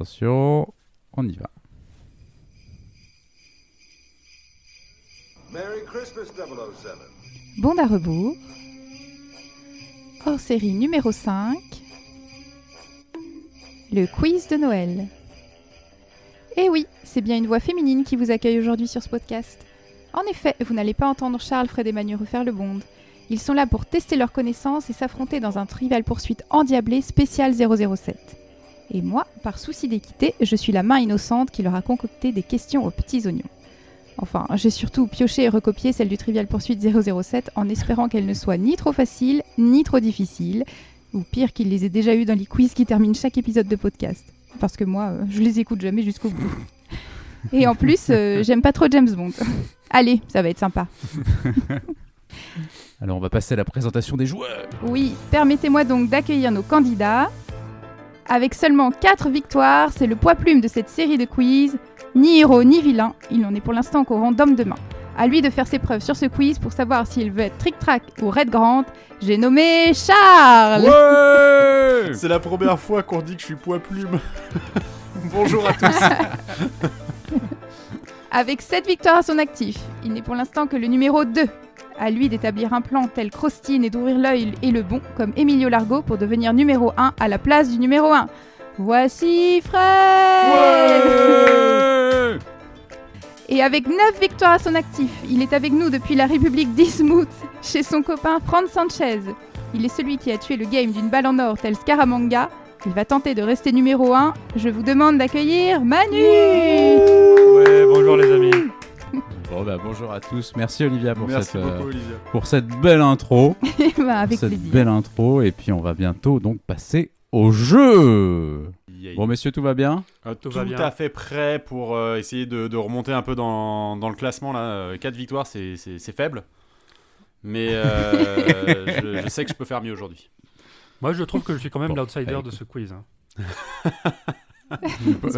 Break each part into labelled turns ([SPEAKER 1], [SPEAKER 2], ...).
[SPEAKER 1] Attention, on y va.
[SPEAKER 2] Merry Christmas 007.
[SPEAKER 3] Bande à rebours. Hors série numéro 5. Le quiz de Noël. Eh oui, c'est bien une voix féminine qui vous accueille aujourd'hui sur ce podcast. En effet, vous n'allez pas entendre Charles, Fred et Manu refaire le bond. Ils sont là pour tester leurs connaissances et s'affronter dans un trivial poursuite endiablé spécial 007. Et moi, par souci d'équité, je suis la main innocente qui leur a concocté des questions aux petits oignons. Enfin, j'ai surtout pioché et recopié celle du Trivial Poursuite 007 en espérant qu'elle ne soit ni trop facile, ni trop difficile, ou pire qu'il les ait déjà eues dans les quiz qui terminent chaque épisode de podcast. Parce que moi, euh, je les écoute jamais jusqu'au bout. Et en plus, euh, j'aime pas trop James Bond. Allez, ça va être sympa.
[SPEAKER 1] Alors, on va passer à la présentation des joueurs.
[SPEAKER 3] Oui, permettez-moi donc d'accueillir nos candidats. Avec seulement 4 victoires, c'est le poids plume de cette série de quiz. Ni héros ni vilain, il n'en est pour l'instant qu'au rang d'homme de main. À lui de faire ses preuves sur ce quiz pour savoir s'il veut être Trick-Track ou Red Grant. J'ai nommé Charles
[SPEAKER 1] Ouais
[SPEAKER 4] C'est la première fois qu'on dit que je suis poids plume. Bonjour à tous.
[SPEAKER 3] Avec 7 victoires à son actif, il n'est pour l'instant que le numéro 2. À lui d'établir un plan tel Crostine et d'ouvrir l'œil et le bon, comme Emilio Largo, pour devenir numéro 1 à la place du numéro 1. Voici Fred Et avec 9 victoires à son actif, il est avec nous depuis la République d'Ismouth, chez son copain Franz Sanchez. Il est celui qui a tué le game d'une balle en or tel Scaramanga. Il va tenter de rester numéro 1. Je vous demande d'accueillir Manu
[SPEAKER 5] Ouais, bonjour les amis.
[SPEAKER 3] Mm.
[SPEAKER 1] Bon, bah, bonjour à tous. Merci, Olivia, pour,
[SPEAKER 4] Merci
[SPEAKER 1] cette, euh,
[SPEAKER 4] beaucoup Olivia.
[SPEAKER 1] pour cette belle intro.
[SPEAKER 3] Eh ben, Avec
[SPEAKER 1] cette
[SPEAKER 3] plaisir.
[SPEAKER 1] belle intro. Et puis, on va bientôt donc passer au jeu. Bon, messieurs, tout va bien
[SPEAKER 5] tout
[SPEAKER 4] Tout
[SPEAKER 5] va bien.
[SPEAKER 4] à fait prêt pour euh, essayer de, de remonter un peu dans, dans le classement là. 4 victoires, c'est- c'est c'est faible. Mais euh, je, je sais que je peux faire mieux aujourd'hui.
[SPEAKER 5] Moi, je trouve que je suis quand même
[SPEAKER 1] Bon,
[SPEAKER 5] l'outsider
[SPEAKER 1] allez.
[SPEAKER 5] de ce quiz. hein.
[SPEAKER 1] Bah,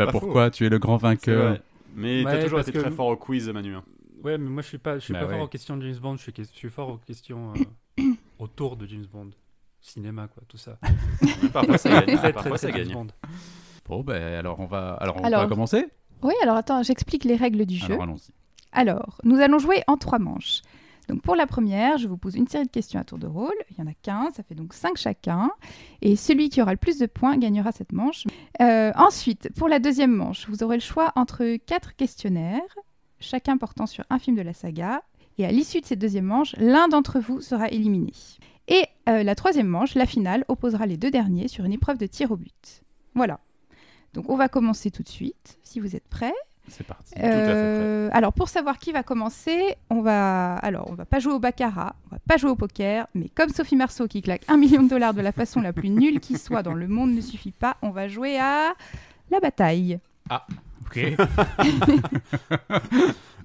[SPEAKER 4] pas
[SPEAKER 1] Pourquoi Tu es le grand vainqueur.
[SPEAKER 4] vrai. Mais
[SPEAKER 5] Ouais,
[SPEAKER 4] t'as toujours
[SPEAKER 5] parce
[SPEAKER 4] été
[SPEAKER 5] que-
[SPEAKER 4] très fort au quiz, Manu. hein.
[SPEAKER 5] Ouais, mais moi, je suis pas, je suis
[SPEAKER 1] Bah
[SPEAKER 5] pas
[SPEAKER 1] ouais.
[SPEAKER 5] fort aux questions de James Bond. Je suis, je suis fort aux questions euh, autour de James Bond, cinéma, quoi, tout ça.
[SPEAKER 4] Parfois ça gagne. Ah,
[SPEAKER 5] Très, très,
[SPEAKER 4] Parfois ça
[SPEAKER 5] très James
[SPEAKER 4] gagne.
[SPEAKER 5] Bond.
[SPEAKER 1] Bon, bah, alors, on va, alors, on
[SPEAKER 3] Alors,
[SPEAKER 1] va commencer
[SPEAKER 3] Oui, alors attends, j'explique les règles du jeu.
[SPEAKER 1] Alors, allons-y.
[SPEAKER 3] Alors, nous allons jouer en trois manches. Donc pour la première, je vous pose une série de questions à tour de rôle. Il y en a 15, ça fait donc 5 chacun. Et celui qui aura le plus de points gagnera cette manche. Euh, ensuite, pour la deuxième manche, vous aurez le choix entre quatre questionnaires, chacun portant sur un film de la saga. Et à l'issue de cette deuxième manche, l'un d'entre vous sera éliminé. Et euh, la troisième manche, la finale, opposera les deux derniers sur une épreuve de tir au but. Voilà. Donc on va commencer tout de suite, si vous êtes prêts.
[SPEAKER 1] C'est parti.
[SPEAKER 4] à fait prêt.
[SPEAKER 3] Euh, alors pour savoir qui va commencer, on va alors on va pas jouer au baccarat, on va pas jouer au poker, mais comme Sophie Marceau qui claque un million de dollars de la façon la plus nulle qui soit dans le monde ne suffit pas, on va jouer à la bataille.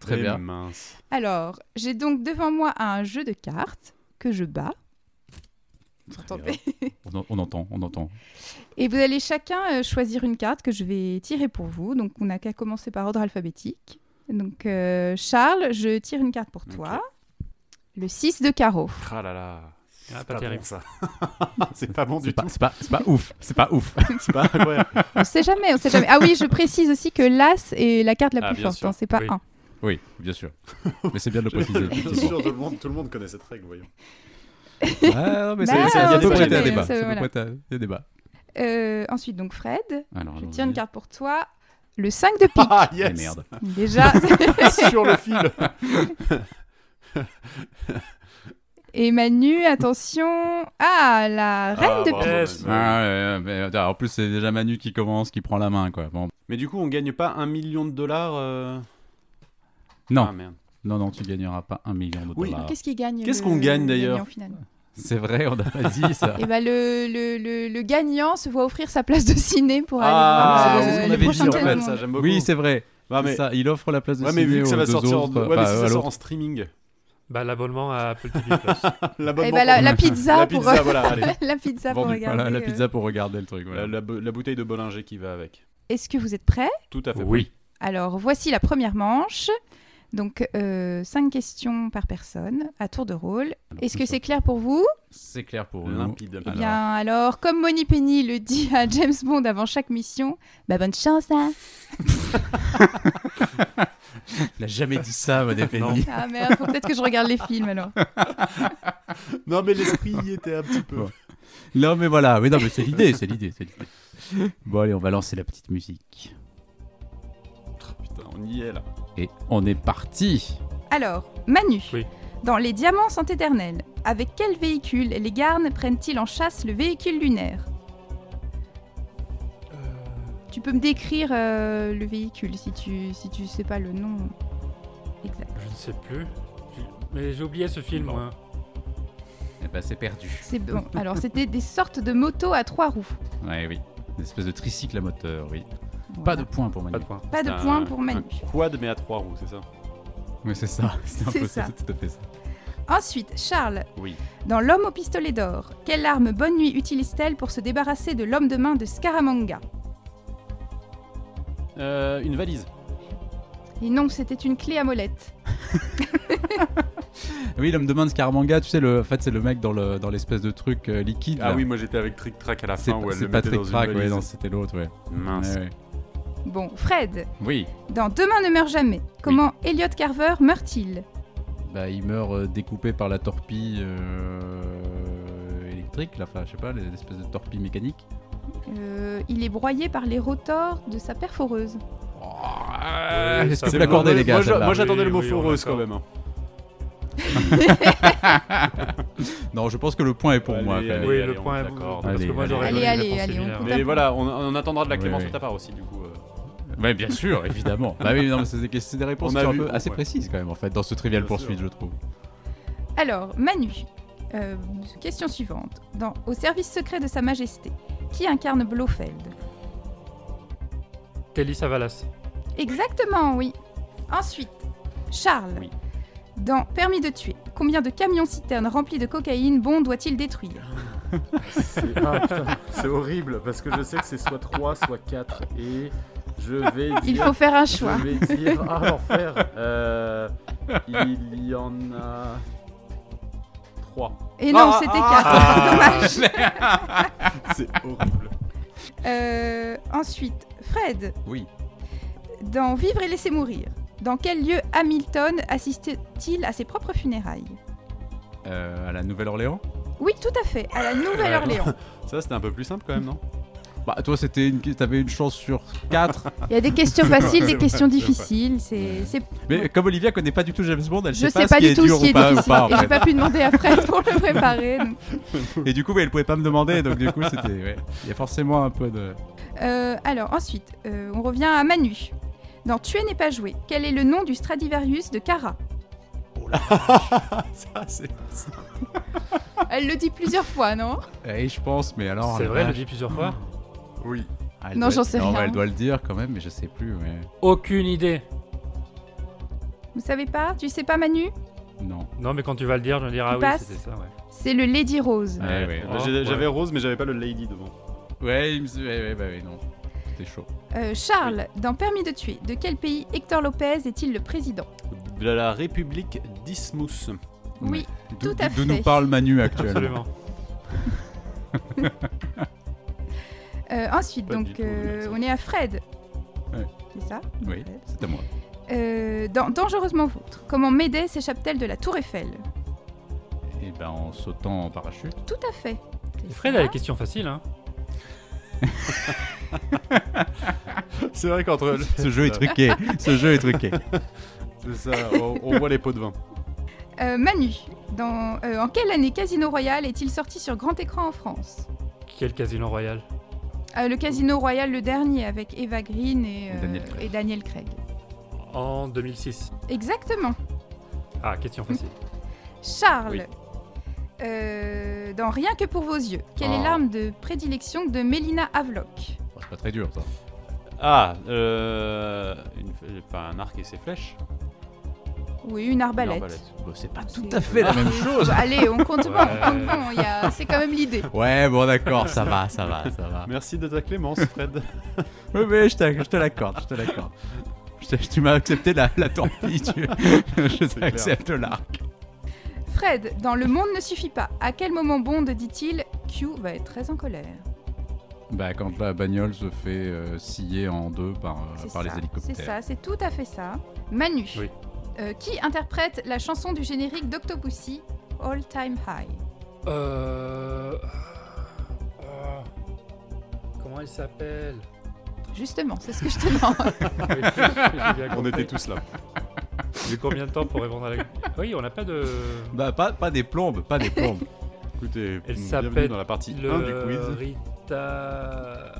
[SPEAKER 1] Très
[SPEAKER 4] Eh
[SPEAKER 1] bien.
[SPEAKER 4] Mince.
[SPEAKER 3] Alors j'ai donc devant moi un jeu de cartes que je bats.
[SPEAKER 1] Très
[SPEAKER 3] Attendez.
[SPEAKER 1] bien. On, en- on entend, on entend.
[SPEAKER 3] Et vous allez chacun euh, choisir une carte que je vais tirer pour vous. Donc, on n'a qu'à commencer par ordre alphabétique. Donc, euh, Charles, je tire une carte pour toi. Le 6 de carreau.
[SPEAKER 4] Ah là là. C'est
[SPEAKER 5] pas
[SPEAKER 4] bon,
[SPEAKER 5] terrible.
[SPEAKER 4] ça. c'est pas bon
[SPEAKER 1] C'est
[SPEAKER 4] du
[SPEAKER 1] pas,
[SPEAKER 4] tout.
[SPEAKER 1] c'est pas- c'est pas ouf, c'est pas ouf.
[SPEAKER 4] C'est pas incroyable.
[SPEAKER 3] On sait jamais, on sait jamais. Ah oui, je précise aussi que l'as est la carte la
[SPEAKER 4] Ah,
[SPEAKER 3] plus
[SPEAKER 4] bien
[SPEAKER 3] forte,
[SPEAKER 4] sûr.
[SPEAKER 3] hein, c'est pas
[SPEAKER 5] Oui.
[SPEAKER 3] un.
[SPEAKER 1] Oui, bien sûr. Mais c'est bien de le
[SPEAKER 4] Bien
[SPEAKER 1] préciser. effectivement.
[SPEAKER 4] sûr, tout le monde- tout le monde connaît cette règle, voyons.
[SPEAKER 1] Ah, non, mais c'est-
[SPEAKER 3] Bah,
[SPEAKER 1] c'est- il
[SPEAKER 4] on
[SPEAKER 1] y a
[SPEAKER 4] sait
[SPEAKER 1] des prêtés à
[SPEAKER 4] jamais,
[SPEAKER 1] débat.
[SPEAKER 3] ça,
[SPEAKER 1] c'est des
[SPEAKER 3] voilà.
[SPEAKER 1] prêtés à- Il y a débat.
[SPEAKER 3] Euh, ensuite, donc Fred,
[SPEAKER 1] Alors,
[SPEAKER 3] je
[SPEAKER 1] allons-y.
[SPEAKER 3] tire une carte pour toi. Le 5 de pique.
[SPEAKER 4] Ah
[SPEAKER 1] Eh
[SPEAKER 4] yes
[SPEAKER 1] merde.
[SPEAKER 3] Déjà.
[SPEAKER 4] Sur le fil
[SPEAKER 3] Et Manu, attention. Ah, la reine de
[SPEAKER 4] bravo,
[SPEAKER 3] pique.
[SPEAKER 5] Yes.
[SPEAKER 4] Manu.
[SPEAKER 1] Ah, ouais, ouais, mais, attends, en plus, c'est déjà Manu qui commence, qui prend la main, quoi. Bon.
[SPEAKER 4] Mais du coup, on gagne pas un million de dollars euh
[SPEAKER 1] Non,
[SPEAKER 4] Ah, merde.
[SPEAKER 1] non, non, tu gagneras pas un million de
[SPEAKER 4] Oui.
[SPEAKER 1] dollars.
[SPEAKER 3] Qu'est-ce qu'il gagne
[SPEAKER 4] Qu'est-ce
[SPEAKER 3] le-
[SPEAKER 4] qu'on gagne,
[SPEAKER 3] le
[SPEAKER 4] d'ailleurs
[SPEAKER 3] gagnant final
[SPEAKER 1] C'est vrai, on n'a pas dit ça.
[SPEAKER 3] Et bah, le, le, le, le gagnant se voit offrir sa place de ciné pour aller
[SPEAKER 1] Ah,
[SPEAKER 3] voir
[SPEAKER 1] c'est ce qu'on
[SPEAKER 3] euh, le
[SPEAKER 1] avait dit,
[SPEAKER 3] prochain
[SPEAKER 1] en
[SPEAKER 3] James
[SPEAKER 1] fait,
[SPEAKER 3] Bond.
[SPEAKER 4] ça, j'aime beaucoup.
[SPEAKER 1] Oui, c'est vrai.
[SPEAKER 4] Ouais,
[SPEAKER 1] C'est
[SPEAKER 4] Ah, mais,
[SPEAKER 1] ça, il offre la place de
[SPEAKER 4] ouais, mais
[SPEAKER 1] ciné
[SPEAKER 4] vu que ça
[SPEAKER 1] aux
[SPEAKER 4] va
[SPEAKER 1] deux
[SPEAKER 4] sortir
[SPEAKER 1] autres, bah,
[SPEAKER 4] en... ouais, mais
[SPEAKER 1] enfin, à
[SPEAKER 4] si ça sort
[SPEAKER 1] l'autre.
[SPEAKER 4] en streaming.
[SPEAKER 5] Bah, l'abonnement à Apple TV Plus.
[SPEAKER 3] Et
[SPEAKER 4] L'abonnement
[SPEAKER 3] bah, la,
[SPEAKER 4] pour-
[SPEAKER 3] la pizza
[SPEAKER 4] la
[SPEAKER 3] pour
[SPEAKER 4] pizza, voilà, allez.
[SPEAKER 3] la pizza pour
[SPEAKER 4] Vendu.
[SPEAKER 3] regarder.
[SPEAKER 1] Voilà, la
[SPEAKER 3] euh.
[SPEAKER 1] pizza pour regarder le truc. voilà.
[SPEAKER 4] La, la bo- la bouteille de Bollinger qui va avec.
[SPEAKER 3] Est-ce que vous êtes prêts
[SPEAKER 4] Tout à fait.
[SPEAKER 5] oui.
[SPEAKER 3] Alors, voici la première manche. Donc, euh, cinq questions par personne, à tour de rôle.
[SPEAKER 1] Alors,
[SPEAKER 3] Est-ce
[SPEAKER 1] nous sommes-
[SPEAKER 3] que c'est clair pour vous
[SPEAKER 1] C'est clair pour nous.
[SPEAKER 4] Limpide.
[SPEAKER 3] Eh bien, alors, comme Moni Penny le dit à James Bond avant chaque mission, bah bonne chance, hein
[SPEAKER 1] Il a jamais dit ça, Modé
[SPEAKER 5] Non.
[SPEAKER 1] Penny.
[SPEAKER 3] Ah merde, faut peut-être que je regarde les films alors.
[SPEAKER 4] Non, mais l'esprit y était un petit peu.
[SPEAKER 1] Non, mais voilà, mais non, mais c'est l'idée, c'est l'idée, c'est l'idée. Bon, allez, on va lancer la petite musique.
[SPEAKER 4] Putain, on y est là.
[SPEAKER 1] Et on est parti.
[SPEAKER 3] Alors, Manu,
[SPEAKER 5] Oui.
[SPEAKER 3] dans Les Diamants sont éternels, avec quel véhicule les garnes prennent-ils en chasse le véhicule lunaire Tu peux me décrire euh, le véhicule si tu si tu sais pas le nom exact.
[SPEAKER 5] Je ne sais plus. Je- Mais j'ai oublié ce film,
[SPEAKER 1] Bon.
[SPEAKER 5] moi.
[SPEAKER 1] Eh ben, c'est perdu.
[SPEAKER 3] C'est bon. Alors, c'était des sortes de motos à trois roues.
[SPEAKER 1] Ouais, oui. Une espèce de tricycle à moteur, oui. Pas
[SPEAKER 3] Voilà.
[SPEAKER 1] de Ah, point pour
[SPEAKER 5] Pas
[SPEAKER 1] Manu.
[SPEAKER 5] de point.
[SPEAKER 3] pas de
[SPEAKER 4] C'est
[SPEAKER 3] points
[SPEAKER 4] un-
[SPEAKER 3] pour Manu.
[SPEAKER 4] Un quad, mais à trois roues, c'est ça
[SPEAKER 1] Oui, c'est ça. C'est un
[SPEAKER 3] C'est
[SPEAKER 1] peu
[SPEAKER 3] ça.
[SPEAKER 1] ça. c'est tout à fait ça.
[SPEAKER 3] Ensuite, Charles,
[SPEAKER 4] Oui.
[SPEAKER 3] dans L'homme au pistolet d'or, quelle arme bonne nuit utilise-t-elle pour se débarrasser de l'homme de main de Scaramanga
[SPEAKER 4] Euh, une valise.
[SPEAKER 3] Et non, c'était une clé à molette.
[SPEAKER 1] Oui, l'homme de main de Scaramanga, tu sais, le... en fait, c'est le mec dans le- dans l'espèce de truc euh, liquide.
[SPEAKER 4] Ah
[SPEAKER 1] là.
[SPEAKER 4] oui, moi j'étais avec Trick Track à la
[SPEAKER 1] c'est
[SPEAKER 4] fin où elle le
[SPEAKER 1] c'est
[SPEAKER 4] mettait
[SPEAKER 1] Patrick
[SPEAKER 4] dans une
[SPEAKER 1] Track, ouais,
[SPEAKER 4] valise.
[SPEAKER 1] non, c'était l'autre, ouais.
[SPEAKER 4] Mince.
[SPEAKER 1] Ouais, ouais.
[SPEAKER 3] Bon, Fred,
[SPEAKER 1] Oui,
[SPEAKER 3] dans Demain ne meurt jamais, comment Elliot Carver meurt-il
[SPEAKER 1] bah, il meurt euh, découpé par la torpille euh, électrique, là, enfin, je sais pas, l'espèce de torpille mécanique.
[SPEAKER 3] Euh, Il est broyé par les rotors de sa perforeuse.
[SPEAKER 4] Oh,
[SPEAKER 5] Oui, ça
[SPEAKER 1] c'est
[SPEAKER 5] fait
[SPEAKER 1] la cordée,
[SPEAKER 5] mal.
[SPEAKER 1] les gars,
[SPEAKER 4] Moi, je-
[SPEAKER 1] celle-là.
[SPEAKER 4] moi, j'attendais le mot
[SPEAKER 5] Oui, oui, on est
[SPEAKER 4] foreuse quand
[SPEAKER 5] d'accord.
[SPEAKER 4] même. hein.
[SPEAKER 1] Non, je pense que le point est pour
[SPEAKER 4] Allez,
[SPEAKER 1] moi. quand même.
[SPEAKER 4] allez,
[SPEAKER 5] Oui,
[SPEAKER 4] allez,
[SPEAKER 5] le
[SPEAKER 4] on
[SPEAKER 5] point est
[SPEAKER 4] s'accorde.
[SPEAKER 5] Parce que moi,
[SPEAKER 1] Allez,
[SPEAKER 5] j'aurais
[SPEAKER 3] allez,
[SPEAKER 5] donné une
[SPEAKER 3] allez,
[SPEAKER 5] réponse
[SPEAKER 3] allez, on
[SPEAKER 5] similaire.
[SPEAKER 3] compte.
[SPEAKER 4] Mais voilà, on, on attendra de la
[SPEAKER 1] Oui,
[SPEAKER 4] clémence
[SPEAKER 1] oui.
[SPEAKER 4] de ta part aussi, du coup. euh.
[SPEAKER 1] Ouais, bien sûr, évidemment. bah oui, non, mais c'est des, c'est des réponses
[SPEAKER 4] On a
[SPEAKER 1] qui sont un
[SPEAKER 4] vu,
[SPEAKER 1] peu
[SPEAKER 4] bon,
[SPEAKER 1] assez
[SPEAKER 4] ouais.
[SPEAKER 1] précises quand même, en fait, dans ce trivial
[SPEAKER 4] Bien
[SPEAKER 1] poursuite,
[SPEAKER 4] sûr.
[SPEAKER 1] je trouve.
[SPEAKER 3] Alors, Manu, euh, question suivante. Dans Au service secret de Sa Majesté, qui incarne Blofeld
[SPEAKER 5] Telly Savalas.
[SPEAKER 3] Exactement, oui. Ensuite, Charles.
[SPEAKER 4] Oui.
[SPEAKER 3] Dans Permis de tuer, combien de camions-citernes remplis de cocaïne Bond doit-il détruire
[SPEAKER 6] C'est ah, putain, c'est horrible parce que je sais que c'est soit 3, soit 4. Et je vais
[SPEAKER 1] Ah,
[SPEAKER 6] dire.
[SPEAKER 3] Il faut faire un
[SPEAKER 6] je
[SPEAKER 3] choix.
[SPEAKER 6] vais dire. Ah, l'enfer Euh, Il y en a. 3.
[SPEAKER 3] Et non,
[SPEAKER 4] Ah,
[SPEAKER 3] c'était
[SPEAKER 4] ah,
[SPEAKER 3] quatre. Dommage.
[SPEAKER 4] C'est horrible.
[SPEAKER 3] Euh, ensuite, Fred.
[SPEAKER 1] Oui.
[SPEAKER 3] Dans Vivre et laisser mourir, dans quel lieu Hamilton assiste-t-il à ses propres funérailles
[SPEAKER 1] Euh, à la Nouvelle-Orléans
[SPEAKER 3] Oui, tout à fait, à la Nouvelle-Orléans.
[SPEAKER 4] Ça, c'était un peu plus simple quand même, non
[SPEAKER 1] Bah, toi, c'était une... t'avais une chance sur 4.
[SPEAKER 3] Il y a des questions faciles, des
[SPEAKER 4] C'est
[SPEAKER 3] questions
[SPEAKER 4] vrai, c'est
[SPEAKER 3] difficiles. C'est, c'est-
[SPEAKER 1] mais comme Olivia connaît pas du tout James Bond, elle
[SPEAKER 3] Je
[SPEAKER 1] sait
[SPEAKER 3] sais
[SPEAKER 1] pas, ce
[SPEAKER 3] pas
[SPEAKER 1] qui
[SPEAKER 3] du
[SPEAKER 1] est
[SPEAKER 3] tout
[SPEAKER 1] dur
[SPEAKER 3] ce qui est
[SPEAKER 1] ou pas, ou
[SPEAKER 3] difficile.
[SPEAKER 1] pas, en
[SPEAKER 3] et j'ai
[SPEAKER 1] fait.
[SPEAKER 3] pas pu demander à Fred pour le préparer. donc.
[SPEAKER 1] Et du coup, ouais, elle pouvait pas me demander, donc du coup, c'était. ouais. Il y a forcément un peu de.
[SPEAKER 3] Euh, alors, ensuite, euh, on revient à Manu. Dans Tuer n'est pas joué, quel est le nom du Stradivarius de Cara
[SPEAKER 4] Ça, c'est.
[SPEAKER 3] Elle le dit plusieurs fois, non
[SPEAKER 1] Eh, je pense, mais alors.
[SPEAKER 5] C'est
[SPEAKER 1] la
[SPEAKER 5] vrai, elle le
[SPEAKER 1] vache.
[SPEAKER 5] dit plusieurs fois.
[SPEAKER 4] Oui.
[SPEAKER 1] Ah, elle
[SPEAKER 3] Non,
[SPEAKER 1] doit-
[SPEAKER 3] j'en sais rien.
[SPEAKER 1] Elle doit le dire quand même, mais je sais plus, ouais.
[SPEAKER 5] Aucune idée.
[SPEAKER 3] Vous savez pas Tu sais pas, Manu
[SPEAKER 1] Non.
[SPEAKER 5] Non, mais quand tu vas le dire, je vais dire
[SPEAKER 3] Tu
[SPEAKER 5] ah oui,
[SPEAKER 3] passes
[SPEAKER 5] c'était ça, ouais.
[SPEAKER 3] C'est le Lady Rose.
[SPEAKER 1] Ouais, ouais.
[SPEAKER 4] Bah, j'ai- J'avais Rose, mais j'avais pas le Lady devant.
[SPEAKER 1] Ouais, il me... ouais, ouais, bah, ouais, non. C'était chaud.
[SPEAKER 3] Euh, Charles, dans Permis de tuer, de quel pays Hector Lopez est-il le président
[SPEAKER 4] De la République d'Ismousse.
[SPEAKER 3] Oui,
[SPEAKER 1] D'où-
[SPEAKER 3] Tout à
[SPEAKER 1] D'où
[SPEAKER 3] fait.
[SPEAKER 1] nous parle Manu actuellement.
[SPEAKER 5] Absolument.
[SPEAKER 3] Euh, ensuite,
[SPEAKER 4] Pas du
[SPEAKER 3] donc,
[SPEAKER 4] tout le même
[SPEAKER 3] euh,
[SPEAKER 4] sens.
[SPEAKER 3] on est à Fred.
[SPEAKER 1] Ouais.
[SPEAKER 3] C'est ça
[SPEAKER 1] Oui, c'est à moi.
[SPEAKER 3] Euh, dans Dangereusement Vôtre, comment Médée s'échappe-t-elle de la Tour Eiffel
[SPEAKER 1] Et ben en sautant en parachute.
[SPEAKER 3] Tout à fait. C'est
[SPEAKER 5] Fred
[SPEAKER 3] ça.
[SPEAKER 5] a des questions faciles, hein.
[SPEAKER 4] C'est vrai qu'entre.
[SPEAKER 1] Ce jeu est truqué. Ce jeu est truqué.
[SPEAKER 4] C'est ça, on, on voit les pots de vin.
[SPEAKER 3] Euh, Manu, dans, euh, en quelle année Casino Royale est-il sorti sur grand écran en France
[SPEAKER 5] Quel casino royal
[SPEAKER 3] Euh, Le Casino Royale, le dernier, avec Eva Green et, euh,
[SPEAKER 1] Daniel Craig.
[SPEAKER 3] et Daniel Craig.
[SPEAKER 5] En 2006.
[SPEAKER 3] Exactement.
[SPEAKER 5] Ah, question facile.
[SPEAKER 3] Charles,
[SPEAKER 4] Oui.
[SPEAKER 3] euh, dans Rien que pour vos yeux, quelle est
[SPEAKER 1] Ah.
[SPEAKER 3] l'arme de prédilection de Mélina Havelock
[SPEAKER 1] Bon, c'est pas très dur ça.
[SPEAKER 4] Ah, euh. Une, pas un arc et ses flèches.
[SPEAKER 3] Oui, une arbalète.
[SPEAKER 4] Une arbalète.
[SPEAKER 1] Bon, c'est pas
[SPEAKER 3] tout
[SPEAKER 1] tout
[SPEAKER 3] C'est- à
[SPEAKER 1] à fait la même chose.
[SPEAKER 3] Allez, on compte bon,
[SPEAKER 5] Ouais.
[SPEAKER 3] on compte bon, il y a- c'est quand même l'idée.
[SPEAKER 1] Ouais, bon d'accord, ça va, ça va, ça va.
[SPEAKER 4] Merci de ta clémence, Fred.
[SPEAKER 1] Oui, mais je te, je te l'accorde, je te l'accorde. Je Je- Tu m'as accepté la, la torpille, tu- je t'accepte l'arc.
[SPEAKER 3] Fred, dans Le Monde ne suffit pas, à quel moment Bond dit-il Q va être très en colère
[SPEAKER 1] Bah, quand la bagnole se fait euh, scier en deux par, euh,
[SPEAKER 3] C'est
[SPEAKER 1] par les
[SPEAKER 3] ça,
[SPEAKER 1] hélicoptères.
[SPEAKER 3] C'est ça, c'est tout à fait ça. Manu,
[SPEAKER 5] Oui.
[SPEAKER 3] euh, qui interprète la chanson du générique d'Octopussy All Time High
[SPEAKER 5] Euh... ah, Comment il s'appelle
[SPEAKER 3] Justement, c'est ce que je te demande.
[SPEAKER 4] On était tous là.
[SPEAKER 5] J'ai combien de temps pour répondre à la... Oui, on n'a pas de...
[SPEAKER 1] Bah, pas, pas des plombes, pas des plombes.
[SPEAKER 4] Écoutez,
[SPEAKER 5] Elle
[SPEAKER 4] bienvenue
[SPEAKER 5] s'appelle
[SPEAKER 4] dans la partie 1 du
[SPEAKER 5] Le
[SPEAKER 4] quiz.
[SPEAKER 5] Rita...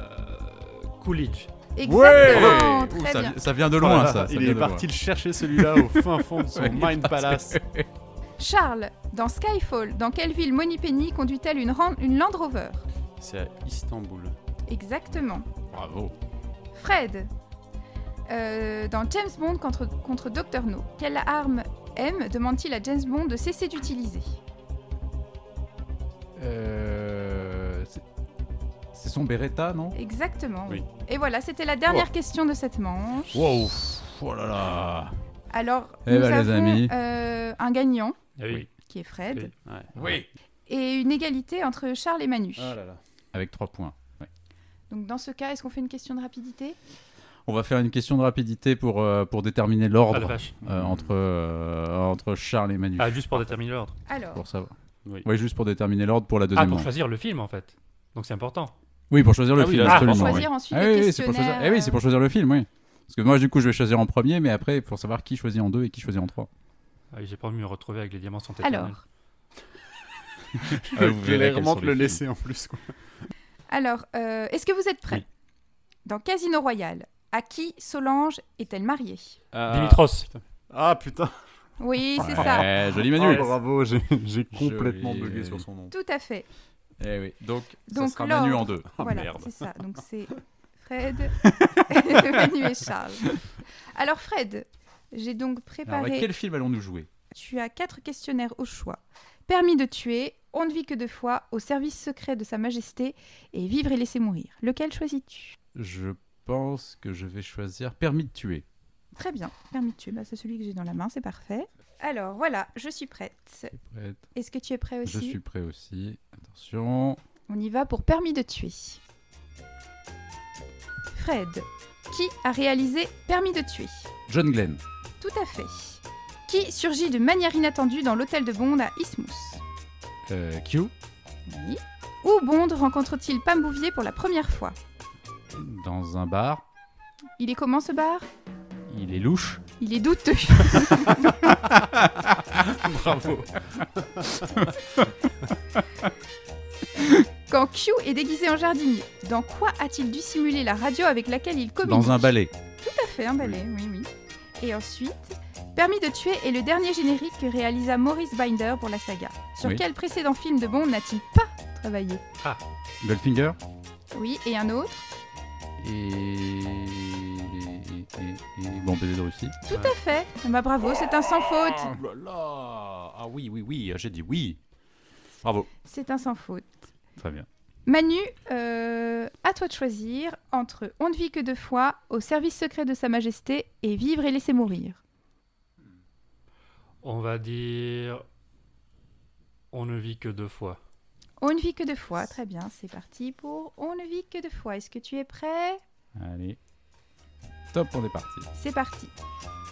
[SPEAKER 5] Coolidge.
[SPEAKER 3] Exactement,
[SPEAKER 4] Ouh,
[SPEAKER 3] très
[SPEAKER 1] ça,
[SPEAKER 3] bien.
[SPEAKER 1] vi- ça vient de
[SPEAKER 4] Oh là
[SPEAKER 1] loin,
[SPEAKER 4] là,
[SPEAKER 1] ça. ça
[SPEAKER 4] Il
[SPEAKER 1] vient
[SPEAKER 4] est
[SPEAKER 1] de loin.
[SPEAKER 4] parti le chercher celui-là au fin fond de
[SPEAKER 1] Ouais,
[SPEAKER 4] son
[SPEAKER 1] il est
[SPEAKER 4] Mind
[SPEAKER 1] parti.
[SPEAKER 4] Palace.
[SPEAKER 3] Charles, dans Skyfall, dans quelle ville Moni Penny conduit-elle une, ran- une Land Rover
[SPEAKER 4] C'est à Istanbul.
[SPEAKER 3] Exactement.
[SPEAKER 1] Bravo.
[SPEAKER 3] Fred, euh, dans James Bond contre, contre Dr No, quelle arme M demande-t-il à James Bond de cesser d'utiliser
[SPEAKER 1] Euh, c'est- C'est son Beretta, non
[SPEAKER 3] Exactement.
[SPEAKER 4] Oui.
[SPEAKER 3] Et voilà, c'était la dernière question de cette manche.
[SPEAKER 1] Wow, pff, oh là là.
[SPEAKER 3] Alors,
[SPEAKER 1] Eh
[SPEAKER 3] nous
[SPEAKER 1] ben, les
[SPEAKER 3] avons
[SPEAKER 1] amis.
[SPEAKER 3] euh, un gagnant,
[SPEAKER 5] Ah oui.
[SPEAKER 3] qui est Fred,
[SPEAKER 5] Oui.
[SPEAKER 4] Ouais.
[SPEAKER 3] et une égalité entre Charles et Manu.
[SPEAKER 4] Ah là là.
[SPEAKER 1] Avec trois points.
[SPEAKER 3] Donc, dans ce cas, est-ce qu'on fait une question de rapidité
[SPEAKER 1] On va faire une question de rapidité pour, euh, pour déterminer
[SPEAKER 5] Ah la
[SPEAKER 1] l'ordre
[SPEAKER 5] vache.
[SPEAKER 1] euh, entre, euh, entre Charles et Manu.
[SPEAKER 5] Ah, juste pour déterminer l'ordre.
[SPEAKER 3] Alors,
[SPEAKER 1] Pour savoir.
[SPEAKER 4] Oui.
[SPEAKER 1] Ouais, juste pour déterminer l'ordre pour la
[SPEAKER 5] Ah,
[SPEAKER 1] deuxième.
[SPEAKER 5] pour
[SPEAKER 1] manche.
[SPEAKER 5] choisir le film, en fait. Donc c'est important.
[SPEAKER 1] Oui, pour choisir le
[SPEAKER 4] Ah oui,
[SPEAKER 1] film,
[SPEAKER 4] là,
[SPEAKER 1] absolument.
[SPEAKER 3] pour
[SPEAKER 1] oui.
[SPEAKER 3] choisir ensuite
[SPEAKER 1] Ah
[SPEAKER 3] le
[SPEAKER 1] oui, oui, c'est pour
[SPEAKER 3] questionnaire.
[SPEAKER 1] choisir... eh oui, c'est pour
[SPEAKER 3] euh,
[SPEAKER 1] choisir le film, oui. Parce que moi, du coup, je vais choisir en premier, mais après, pour savoir qui choisit en deux et qui choisit en trois.
[SPEAKER 5] Ah, J'ai pas envie de me retrouver avec les diamants sans tête.
[SPEAKER 1] Ah,
[SPEAKER 3] Alors,
[SPEAKER 4] Je
[SPEAKER 1] vous verrez
[SPEAKER 4] vais
[SPEAKER 1] quels
[SPEAKER 4] vraiment
[SPEAKER 1] sont
[SPEAKER 4] te
[SPEAKER 1] les
[SPEAKER 4] le laisser en plus. quoi.
[SPEAKER 3] alors euh, est-ce que vous êtes prêts Dans Casino Royale, à qui Solange est-elle mariée
[SPEAKER 4] Ah.
[SPEAKER 5] Dimitros.
[SPEAKER 4] Ah putain.
[SPEAKER 3] Oui, c'est
[SPEAKER 1] ouais,
[SPEAKER 3] ça,
[SPEAKER 1] Eh, joli
[SPEAKER 4] Oh,
[SPEAKER 1] Manu.
[SPEAKER 4] bravo, j'ai j'ai complètement
[SPEAKER 1] Joli.
[SPEAKER 4] bugué sur son nom.
[SPEAKER 3] tout à fait.
[SPEAKER 1] Eh oui. Donc,
[SPEAKER 3] Donc,
[SPEAKER 1] ça sera Manu en
[SPEAKER 3] l'ordre.
[SPEAKER 1] deux.
[SPEAKER 4] Ah,
[SPEAKER 3] voilà,
[SPEAKER 4] merde.
[SPEAKER 3] c'est ça. Donc c'est Fred, Manu et Charles. Alors Fred, j'ai donc
[SPEAKER 1] Alors,
[SPEAKER 3] préparé.
[SPEAKER 1] avec quel film allons-nous jouer
[SPEAKER 3] Tu as quatre questionnaires au choix. Permis de tuer, on ne vit que deux fois, au service secret de Sa Majesté et vivre et laisser mourir. Lequel choisis-tu
[SPEAKER 1] Je pense que je vais choisir Permis de tuer.
[SPEAKER 3] Très bien, permis de tuer, bah, c'est celui que j'ai dans la main, c'est parfait. Alors voilà, je suis prête.
[SPEAKER 1] Prête.
[SPEAKER 3] Est-ce que tu es prêt
[SPEAKER 1] Je
[SPEAKER 3] aussi
[SPEAKER 1] suis prêt aussi. Attention.
[SPEAKER 3] On y va pour permis de tuer. Fred, qui a réalisé permis de tuer
[SPEAKER 1] John Glenn.
[SPEAKER 3] Tout à fait. Qui surgit de manière inattendue dans l'hôtel de Bond à Ismouth
[SPEAKER 1] Euh, Q.
[SPEAKER 3] Oui. Où Bond rencontre-t-il Pam Bouvier pour la première fois
[SPEAKER 1] Dans un bar.
[SPEAKER 3] Il est comment ce bar
[SPEAKER 1] Il est louche.
[SPEAKER 3] Il est douteux.
[SPEAKER 4] Bravo.
[SPEAKER 3] Quand Q est déguisé en jardinier, dans quoi a-t-il dû simuler la radio avec laquelle il communique
[SPEAKER 1] Dans un ballet.
[SPEAKER 3] Tout à fait, un balai, oui, oui. Et ensuite, Permis de tuer est le dernier générique que réalisa Maurice Binder pour la saga. Sur
[SPEAKER 1] Oui.
[SPEAKER 3] quel précédent film de Bond n'a-t-il pas travaillé
[SPEAKER 1] Goldfinger.
[SPEAKER 3] Oui, et un autre
[SPEAKER 1] Et. et- et- et- Bon, baiser de Russie.
[SPEAKER 3] Tout à fait. Ah bah bravo, c'est un sans
[SPEAKER 1] Ah.
[SPEAKER 3] faute.
[SPEAKER 4] Oh là là. Ah oui, oui, oui, j'ai dit oui. Bravo.
[SPEAKER 3] C'est un sans faute.
[SPEAKER 1] Très bien.
[SPEAKER 3] Manu, euh, à toi de choisir entre On ne vit que deux fois, Au service secret de Sa Majesté et Vivre et laisser mourir.
[SPEAKER 5] On va dire... On ne vit que deux fois.
[SPEAKER 3] On ne vit que deux fois, très bien, c'est parti pour On ne vit que deux fois. Est-ce que tu es prêt
[SPEAKER 1] Allez. Top, on est parti.
[SPEAKER 3] C'est parti.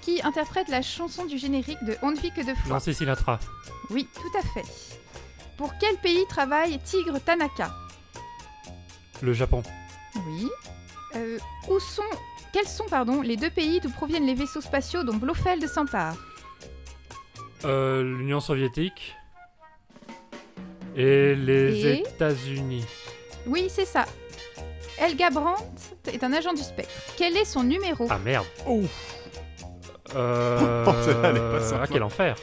[SPEAKER 3] Qui interprète la chanson du générique de On ne vit que deux fois
[SPEAKER 5] Nancy Sinatra.
[SPEAKER 3] Oui, tout à fait. Pour quel pays travaille Tigre Tanaka
[SPEAKER 5] Le Japon.
[SPEAKER 3] Oui. Euh, où sont, quels sont pardon, les deux pays d'où proviennent les vaisseaux spatiaux dont Blofeld s'empare
[SPEAKER 5] Euh, L'Union soviétique. Et les
[SPEAKER 3] Et
[SPEAKER 5] États-Unis.
[SPEAKER 3] Oui, c'est ça. Helga Brandt est un agent du spectre. Quel est son numéro
[SPEAKER 5] Ah merde.
[SPEAKER 1] Ouf.
[SPEAKER 5] Euh...
[SPEAKER 4] Celle-là, elle est pas sympa.
[SPEAKER 5] ah, quel enfer.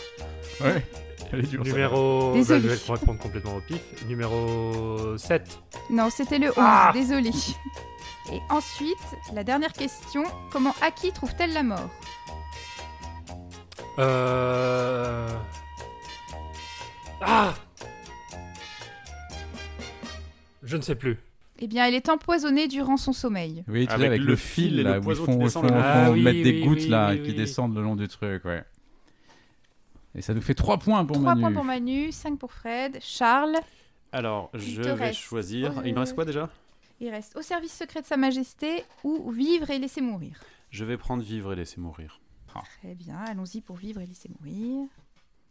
[SPEAKER 1] Ouais. Elle est dure, celle-là.
[SPEAKER 5] Numéro... Bah,
[SPEAKER 3] Désolée.
[SPEAKER 5] je vais répondre complètement au pif. Numéro 7.
[SPEAKER 3] Non, c'était le 11,
[SPEAKER 5] Ah
[SPEAKER 3] désolé. Et ensuite, la dernière question, comment Aki trouve-t-elle la mort
[SPEAKER 5] Euh... Ah Je ne sais plus.
[SPEAKER 3] Eh bien, elle est empoisonnée durant son sommeil.
[SPEAKER 1] Oui, tu
[SPEAKER 4] Avec
[SPEAKER 1] sais, avec
[SPEAKER 4] le
[SPEAKER 1] le,
[SPEAKER 4] fil
[SPEAKER 1] fil,
[SPEAKER 4] et
[SPEAKER 1] là,
[SPEAKER 4] le
[SPEAKER 1] où ils
[SPEAKER 4] poison
[SPEAKER 1] font,
[SPEAKER 4] qui
[SPEAKER 1] ils
[SPEAKER 4] descend
[SPEAKER 1] font-
[SPEAKER 5] dans le-
[SPEAKER 1] font
[SPEAKER 5] Ah oui,
[SPEAKER 1] mettre des
[SPEAKER 5] oui,
[SPEAKER 1] gouttes,
[SPEAKER 5] oui,
[SPEAKER 1] là,
[SPEAKER 5] oui,
[SPEAKER 1] qui
[SPEAKER 5] oui.
[SPEAKER 1] descendent le long du truc, ouais. Et ça nous fait 3 points pour
[SPEAKER 3] 3
[SPEAKER 1] Manu.
[SPEAKER 3] points pour Manu, 5 pour Fred. Charles,
[SPEAKER 4] Alors, je
[SPEAKER 3] te
[SPEAKER 4] vais
[SPEAKER 3] reste-
[SPEAKER 4] choisir.
[SPEAKER 3] Oh,
[SPEAKER 4] Il me reste quoi déjà
[SPEAKER 3] il reste au service secret de Sa Majesté ou vivre et laisser mourir.
[SPEAKER 4] Je vais prendre vivre et laisser mourir.
[SPEAKER 3] Très bien, allons-y pour vivre et laisser mourir.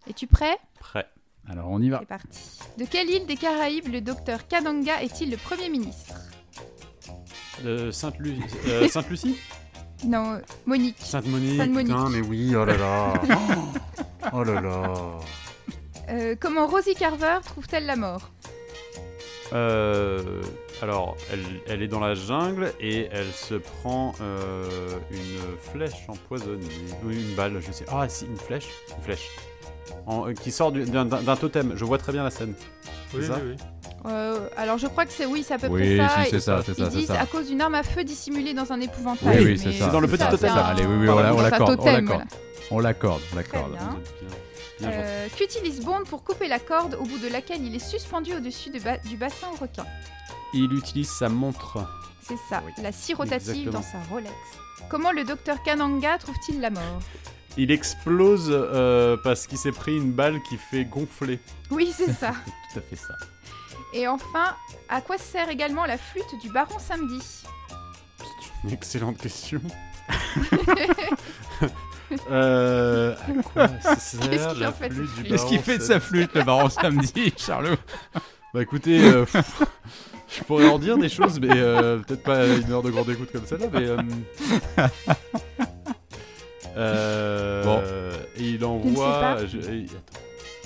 [SPEAKER 3] Es-tu prêt
[SPEAKER 4] Prêt.
[SPEAKER 1] Alors, on y va.
[SPEAKER 3] C'est parti. De quelle île des Caraïbes le docteur Kananga est-il le Premier ministre
[SPEAKER 4] Euh, Sainte-Lu- euh, Sainte-Lucie
[SPEAKER 3] Non, euh, Monique.
[SPEAKER 4] Sainte-Monique.
[SPEAKER 3] Sainte-Monique.
[SPEAKER 4] Putain, mais oui, oh là là.
[SPEAKER 6] Oh là là.
[SPEAKER 3] Euh, comment Rosie Carver trouve-t-elle la mort
[SPEAKER 4] Euh, alors, elle, elle est dans la jungle et elle se prend euh, une flèche empoisonnée. Oui, une balle, je sais. Ah, si, une flèche. Une flèche. En- euh, qui sort du- d'un d'un- d'un totem. Je vois très bien la scène.
[SPEAKER 5] Oui,
[SPEAKER 4] ça
[SPEAKER 5] oui, oui.
[SPEAKER 3] Euh, Alors je crois que c'est oui, c'est à peu
[SPEAKER 1] Oui,
[SPEAKER 3] près ça.
[SPEAKER 1] si, c'est
[SPEAKER 3] Ils-
[SPEAKER 1] ça, c'est
[SPEAKER 3] Ils
[SPEAKER 1] ça, c'est
[SPEAKER 3] disent
[SPEAKER 1] ça.
[SPEAKER 3] à cause d'une arme à feu dissimulée dans un épouvantail.
[SPEAKER 1] Oui, oui,
[SPEAKER 3] mais
[SPEAKER 1] c'est ça.
[SPEAKER 4] C'est dans le
[SPEAKER 1] c'est
[SPEAKER 4] petit
[SPEAKER 1] ça,
[SPEAKER 4] totem.
[SPEAKER 1] c'est
[SPEAKER 3] c'est
[SPEAKER 1] ça.
[SPEAKER 3] un-
[SPEAKER 1] Allez, oui, oui,
[SPEAKER 3] dans
[SPEAKER 1] voilà, on
[SPEAKER 3] un
[SPEAKER 1] l'accorde, on
[SPEAKER 3] totem,
[SPEAKER 1] l'accorde. On l'accorde, on
[SPEAKER 3] Très
[SPEAKER 1] l'accorde.
[SPEAKER 3] bien.
[SPEAKER 4] Bien- bien
[SPEAKER 3] voilà.
[SPEAKER 4] gentil.
[SPEAKER 3] Euh, Qu'utilise Bond pour couper la corde au bout de laquelle il est suspendu au-dessus de ba- du bassin au requin
[SPEAKER 4] Il utilise sa montre.
[SPEAKER 3] C'est ça,
[SPEAKER 4] Oui,
[SPEAKER 3] la scie rotative
[SPEAKER 4] exactement.
[SPEAKER 3] dans sa Rolex. Comment le docteur Kananga trouve-t-il la mort
[SPEAKER 4] Il explose euh, parce qu'il s'est pris une balle qui fait gonfler.
[SPEAKER 3] Oui, c'est ça.
[SPEAKER 4] Tout à fait ça.
[SPEAKER 3] Et enfin, à quoi sert également la flûte du baron samedi
[SPEAKER 4] C'est une excellente question. euh, à quoi ça sert
[SPEAKER 3] Qu'est-ce qu'il
[SPEAKER 4] la
[SPEAKER 3] en fait,
[SPEAKER 4] flûte du
[SPEAKER 3] cette flûte
[SPEAKER 1] Qu'est-ce qu'il
[SPEAKER 4] baron
[SPEAKER 1] fait de sa flûte, le baron samedi, Charlot
[SPEAKER 4] Bah écoutez, euh, pff, je pourrais en dire des choses, mais euh, peut-être pas une heure de grande écoute comme ça là, mais. euh, euh,
[SPEAKER 1] Bon.
[SPEAKER 4] Et il
[SPEAKER 3] ne sais
[SPEAKER 4] envoie.
[SPEAKER 3] pas.
[SPEAKER 4] je- et- attends.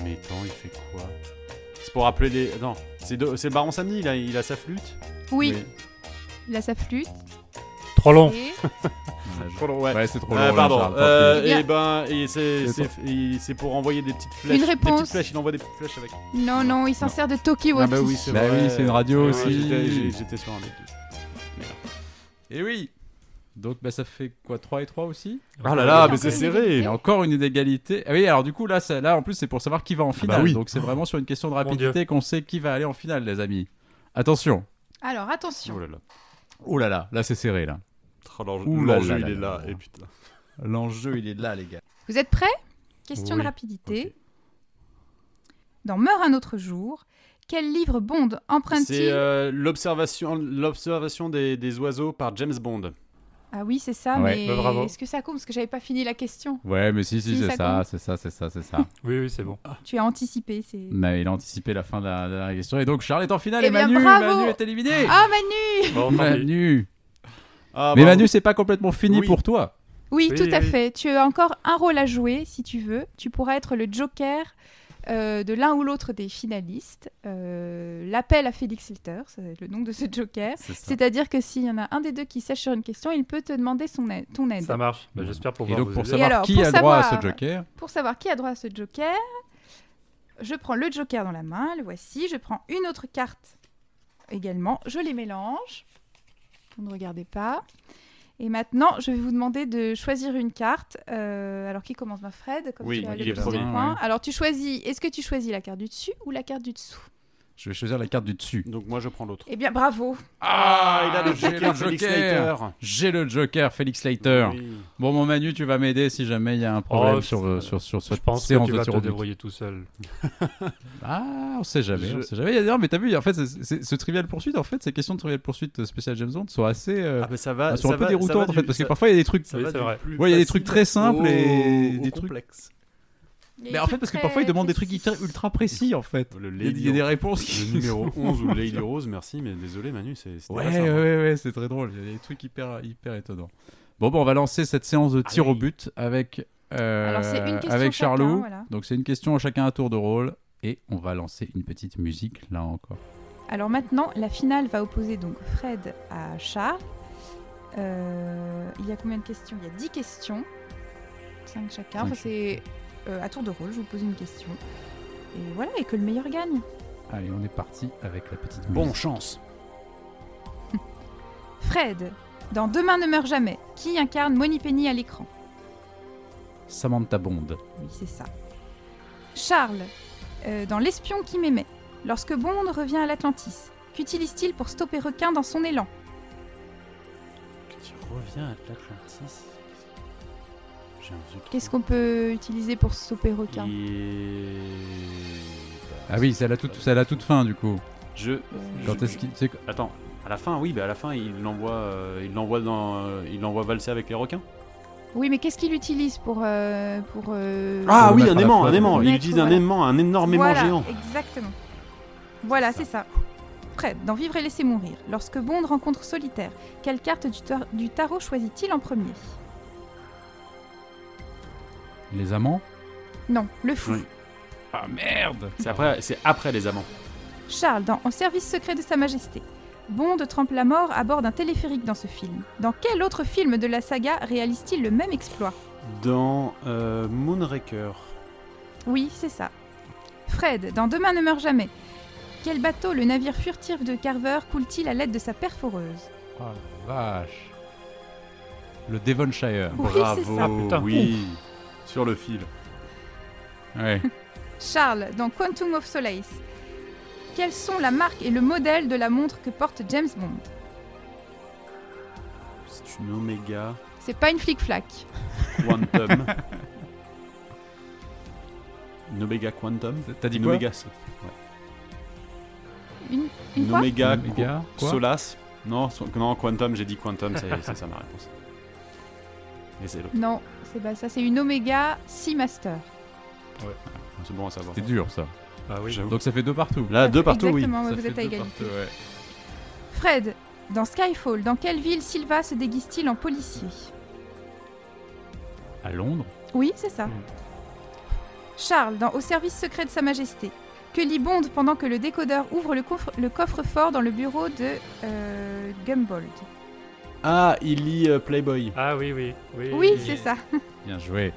[SPEAKER 4] Mais attends, il fait quoi C'est pour appeler les. Non, c'est de- c'est le baron samedi, il a, il a sa flûte
[SPEAKER 3] oui,
[SPEAKER 4] Ah,
[SPEAKER 3] il a sa flûte.
[SPEAKER 5] Trop long.
[SPEAKER 3] et-
[SPEAKER 4] Trop long, ouais.
[SPEAKER 1] Ouais, c'est trop long.
[SPEAKER 4] Euh,
[SPEAKER 1] là, Charles,
[SPEAKER 4] pardon,
[SPEAKER 1] tant
[SPEAKER 4] euh,
[SPEAKER 3] pis.
[SPEAKER 4] et ben, et c'est-
[SPEAKER 1] C'est
[SPEAKER 4] c'est et c'est pour envoyer des petites flèches.
[SPEAKER 3] Une
[SPEAKER 4] Des
[SPEAKER 3] réponse.
[SPEAKER 4] petites flèches, il envoie des petites flèches avec.
[SPEAKER 3] Non, non, il s'en
[SPEAKER 1] Non.
[SPEAKER 3] sert de Tokiwoki.
[SPEAKER 4] Ah,
[SPEAKER 1] c'est Bah vrai. oui, c'est une radio
[SPEAKER 4] Ouais,
[SPEAKER 1] aussi.
[SPEAKER 4] j'étais- j'ai- J'étais sur un des deux.
[SPEAKER 1] pis. Et oui Donc, bah, ça fait quoi 3 et 3 aussi
[SPEAKER 4] Ah là Oh là, mais
[SPEAKER 3] c'est
[SPEAKER 4] c'est
[SPEAKER 1] Il y
[SPEAKER 4] serré
[SPEAKER 1] a encore une inégalité. Ah oui, alors du coup, là, ça- là en plus, c'est pour savoir qui va en finale.
[SPEAKER 4] Ah bah oui.
[SPEAKER 1] Donc, c'est vraiment sur une question de
[SPEAKER 5] Dieu.
[SPEAKER 1] rapidité qu'on sait qui va aller en finale, les amis. Attention.
[SPEAKER 3] Alors attention,
[SPEAKER 4] Oh là là.
[SPEAKER 1] Oh là là, là, c'est serré, là.
[SPEAKER 4] Oh, l'enjeu-
[SPEAKER 1] Ouh là
[SPEAKER 4] L'enjeu,
[SPEAKER 1] là
[SPEAKER 4] il
[SPEAKER 1] là
[SPEAKER 4] est
[SPEAKER 1] là
[SPEAKER 4] là.
[SPEAKER 1] là.
[SPEAKER 4] Et putain.
[SPEAKER 1] L'enjeu, il est là, les gars.
[SPEAKER 3] vous êtes prêts Question de
[SPEAKER 5] Oui,
[SPEAKER 3] rapidité. Dans Meurt un autre jour, quel livre Bond emprunte-t-il
[SPEAKER 4] C'est euh, l'observation l'observation des, des oiseaux par James Bond.
[SPEAKER 3] Ah oui, c'est ça,
[SPEAKER 1] Ouais.
[SPEAKER 3] mais
[SPEAKER 5] Bah, bravo.
[SPEAKER 3] est-ce que ça compte Parce que j'avais pas fini la question.
[SPEAKER 1] Ouais, mais si, si,
[SPEAKER 3] Si,
[SPEAKER 1] c'est
[SPEAKER 3] ça
[SPEAKER 1] ça,
[SPEAKER 3] compte.
[SPEAKER 1] c'est ça, c'est ça, c'est ça.
[SPEAKER 5] Oui, oui, c'est bon.
[SPEAKER 3] Tu as anticipé, c'est...
[SPEAKER 1] Mais il a anticipé la fin de la, de la question. Et donc, Charles est en finale
[SPEAKER 3] Eh
[SPEAKER 1] et
[SPEAKER 3] bien,
[SPEAKER 1] Manu,
[SPEAKER 3] bravo
[SPEAKER 1] Manu est éliminé.
[SPEAKER 3] Ah Manu
[SPEAKER 5] Bon, tant pis.
[SPEAKER 1] Manu.
[SPEAKER 4] Ah,
[SPEAKER 1] Mais
[SPEAKER 4] bravo.
[SPEAKER 1] Manu, c'est pas complètement fini
[SPEAKER 4] Oui.
[SPEAKER 1] pour toi.
[SPEAKER 3] Oui,
[SPEAKER 5] Oui,
[SPEAKER 3] tout à
[SPEAKER 5] oui.
[SPEAKER 3] fait. Tu as encore un rôle à jouer, si tu veux. Tu pourras être le joker euh, de l'un ou l'autre des finalistes. Euh, L'appel à Félix Hilter, c'est le nom de ce joker.
[SPEAKER 1] C'est ça.
[SPEAKER 3] C'est-à-dire que s'il y en a un des deux qui sèche sur une question, il peut te demander son aide- ton aide.
[SPEAKER 5] Ça marche. Bah, J'espère
[SPEAKER 1] Et
[SPEAKER 5] pouvoir
[SPEAKER 1] donc,
[SPEAKER 5] vous
[SPEAKER 1] pour
[SPEAKER 5] aider.
[SPEAKER 1] savoir
[SPEAKER 3] alors,
[SPEAKER 1] qui
[SPEAKER 3] pour
[SPEAKER 1] a droit à
[SPEAKER 3] savoir-
[SPEAKER 1] ce joker,
[SPEAKER 3] Pour savoir qui a droit à ce joker, je prends le joker dans la main, le voici. Je prends une autre carte également, je les mélange. Vous ne regardez pas. Et maintenant, je vais vous demander de choisir une carte. Euh, alors, qui commence ma Fred comme
[SPEAKER 4] Oui,
[SPEAKER 3] tu as
[SPEAKER 4] il
[SPEAKER 3] le
[SPEAKER 4] est
[SPEAKER 3] plus de
[SPEAKER 4] premier.
[SPEAKER 3] points.
[SPEAKER 1] Ouais.
[SPEAKER 3] Alors, tu choisis, est-ce que tu choisis la carte du dessus ou la carte du dessous
[SPEAKER 1] je vais choisir la carte du dessus.
[SPEAKER 4] Donc moi je prends l'autre.
[SPEAKER 3] Eh bien, bravo
[SPEAKER 4] Ah, il a le
[SPEAKER 1] j'ai
[SPEAKER 4] joker, Félix Leiter.
[SPEAKER 1] J'ai le joker, Félix Leiter.
[SPEAKER 4] Oui.
[SPEAKER 1] Bon, mon Manu, tu vas m'aider si jamais il y a un problème
[SPEAKER 5] Oh,
[SPEAKER 1] sur,
[SPEAKER 5] je-
[SPEAKER 1] euh, sur, sur
[SPEAKER 5] Je
[SPEAKER 1] cette
[SPEAKER 5] pense que
[SPEAKER 1] séance
[SPEAKER 5] tu
[SPEAKER 1] de
[SPEAKER 5] vas
[SPEAKER 1] tir
[SPEAKER 5] te
[SPEAKER 1] au but.
[SPEAKER 5] débrouiller tout seul.
[SPEAKER 1] Ah, on sait jamais,
[SPEAKER 4] Je-
[SPEAKER 1] on sait jamais. Il y a d'ailleurs, mais t'as vu, en fait, c'est- c'est- ce trivial poursuite, en fait, ces questions de trivial poursuite spécial James Bond sont assez, euh,
[SPEAKER 4] Ah, bah ça va.
[SPEAKER 1] sont
[SPEAKER 4] ça
[SPEAKER 1] un peu
[SPEAKER 4] va- ça va
[SPEAKER 1] déroutantes, en
[SPEAKER 4] du-
[SPEAKER 1] fait, parce que
[SPEAKER 4] ça-
[SPEAKER 1] parfois il y a des trucs.
[SPEAKER 4] ça
[SPEAKER 5] Oui,
[SPEAKER 4] va
[SPEAKER 5] c'est
[SPEAKER 4] du
[SPEAKER 5] vrai.
[SPEAKER 4] plus
[SPEAKER 1] Ouais, il y a des
[SPEAKER 4] facile Oh,
[SPEAKER 1] trucs très simples et
[SPEAKER 4] au-
[SPEAKER 1] des
[SPEAKER 4] au
[SPEAKER 1] trucs-
[SPEAKER 4] complexes.
[SPEAKER 1] Mais en fait, parce que parfois ils demandent des trucs ultra, ultra précis, en fait.
[SPEAKER 4] Le
[SPEAKER 1] Il y a- il
[SPEAKER 4] Lady
[SPEAKER 1] y a des réponses qui.
[SPEAKER 4] Le numéro 11 ou Lady Rose, merci, mais désolé Manu, c'est c'était
[SPEAKER 1] Ouais,
[SPEAKER 4] pas
[SPEAKER 1] ouais,
[SPEAKER 4] ça, moi.
[SPEAKER 1] ouais, ouais, c'est très drôle. Il y a des trucs hyper, hyper étonnants. Bon, bon, on va lancer cette séance de tir
[SPEAKER 4] Ah oui.
[SPEAKER 1] au but avec, euh,
[SPEAKER 3] Alors, c'est une question
[SPEAKER 1] avec
[SPEAKER 3] chacun,
[SPEAKER 1] Charlot.
[SPEAKER 3] voilà.
[SPEAKER 1] Donc, c'est une question chacun à tour de rôle. Et on va lancer une petite musique là encore.
[SPEAKER 3] Alors maintenant, la finale va opposer donc Fred à Charles. Euh, il y a combien de questions Il y a 10 questions. 5 chacun.
[SPEAKER 1] Cinq
[SPEAKER 3] Enfin, c'est euh, à tour de rôle, je vous pose une question. Et voilà, et que le meilleur gagne.
[SPEAKER 1] Allez, on est parti avec la petite musique.
[SPEAKER 4] Bon chance.
[SPEAKER 3] Fred, dans Demain ne meurt jamais, qui incarne Moni Penny à l'écran
[SPEAKER 1] Samantha Bond.
[SPEAKER 3] Oui, c'est ça. Charles, euh, dans L'espion qui m'aimait, lorsque Bond revient à l'Atlantis, Qu'utilise-t-il pour stopper requin dans son élan
[SPEAKER 4] Qui revient à l'Atlantis. J'ai un truc.
[SPEAKER 3] Qu'est-ce hein qu'on peut utiliser pour stopper requin
[SPEAKER 4] Et... bah, euh,
[SPEAKER 1] Ah oui, c'est à la toute, c'est à la toute fin du coup.
[SPEAKER 4] Je.
[SPEAKER 3] Euh,
[SPEAKER 1] Quand
[SPEAKER 4] je-
[SPEAKER 1] est-ce qu'il. c'est-
[SPEAKER 4] Attends, à la fin, oui, bah à la fin, il l'envoie, euh, il l'envoie dans, euh, il l'envoie valser avec les requins.
[SPEAKER 3] Oui, mais qu'est-ce qu'il utilise pour... euh, pour euh,
[SPEAKER 1] Ah
[SPEAKER 4] Ah
[SPEAKER 1] Pour oui,
[SPEAKER 4] oui,
[SPEAKER 1] le
[SPEAKER 4] un
[SPEAKER 1] mettre un à la aimant, flotte.
[SPEAKER 4] aimant, un aimant. Il
[SPEAKER 3] Mettre,
[SPEAKER 4] utilise un
[SPEAKER 3] voilà.
[SPEAKER 4] aimant, un énorme aimant
[SPEAKER 3] voilà,
[SPEAKER 4] géant.
[SPEAKER 3] Exactement. Voilà, c'est ça. Prêt, d'en vivre et laisser mourir. Lorsque Bond rencontre Solitaire, quelle carte du, tar- du tarot choisit-il en premier
[SPEAKER 1] Les amants
[SPEAKER 3] Non, le fou.
[SPEAKER 4] Oui.
[SPEAKER 1] Ah merde
[SPEAKER 4] C'est après, c'est après les amants.
[SPEAKER 3] Charles dans Au service secret de Sa Majesté. Bond trempe la mort à bord d'un téléphérique dans ce film. Dans quel autre film de la saga réalise-t-il le même exploit
[SPEAKER 4] Dans euh, Moonraker.
[SPEAKER 3] Oui, c'est ça. Fred, dans Demain ne meurt jamais. Quel bateau le navire furtif de Carver coule-t-il à l'aide de sa perforeuse
[SPEAKER 1] Oh la vache Le Devonshire.
[SPEAKER 3] Oui, c'est
[SPEAKER 4] Bravo,
[SPEAKER 3] ça.
[SPEAKER 5] Ah, putain.
[SPEAKER 4] oui. Sur le fil.
[SPEAKER 1] Ouais.
[SPEAKER 3] Charles, dans Quantum of Solace. Quelles sont la marque et le modèle de la montre que porte James Bond
[SPEAKER 4] C'est une Omega
[SPEAKER 3] C'est pas une flic-flac.
[SPEAKER 4] Quantum. une Omega Quantum.
[SPEAKER 1] T'as dit
[SPEAKER 4] Une
[SPEAKER 1] quoi
[SPEAKER 4] Omega, so-
[SPEAKER 3] Une, une
[SPEAKER 4] une
[SPEAKER 3] quoi
[SPEAKER 4] Omega
[SPEAKER 1] Une
[SPEAKER 4] co-
[SPEAKER 1] Omega, quoi
[SPEAKER 4] Solas. Non, so- non, Quantum, j'ai dit Quantum, c'est c'est ça ma réponse. Et c'est l'autre.
[SPEAKER 3] Non, c'est pas ça. C'est une Omega Seamaster.
[SPEAKER 4] C'est bon à savoir.
[SPEAKER 1] C'est dur ça.
[SPEAKER 5] Ah oui,
[SPEAKER 1] Donc ça fait deux partout.
[SPEAKER 4] Là, Ah, deux partout, oui.
[SPEAKER 3] Exactement,
[SPEAKER 1] Ça
[SPEAKER 3] vous
[SPEAKER 1] fait
[SPEAKER 3] êtes à
[SPEAKER 1] deux
[SPEAKER 3] égalité.
[SPEAKER 1] partout, ouais.
[SPEAKER 3] Fred, dans Skyfall, dans quelle ville Silva se déguise-t-il en policier
[SPEAKER 1] À Londres
[SPEAKER 3] Oui, c'est ça.
[SPEAKER 5] Mm.
[SPEAKER 3] Charles, dans Au service secret de Sa Majesté. Que lit Bond pendant que le décodeur ouvre le, coffre, le coffre-fort dans le bureau de euh, Gumbold
[SPEAKER 4] Ah, il lit euh, Playboy.
[SPEAKER 5] Ah oui, oui. Oui,
[SPEAKER 3] Oui, c'est ça.
[SPEAKER 1] Bien joué.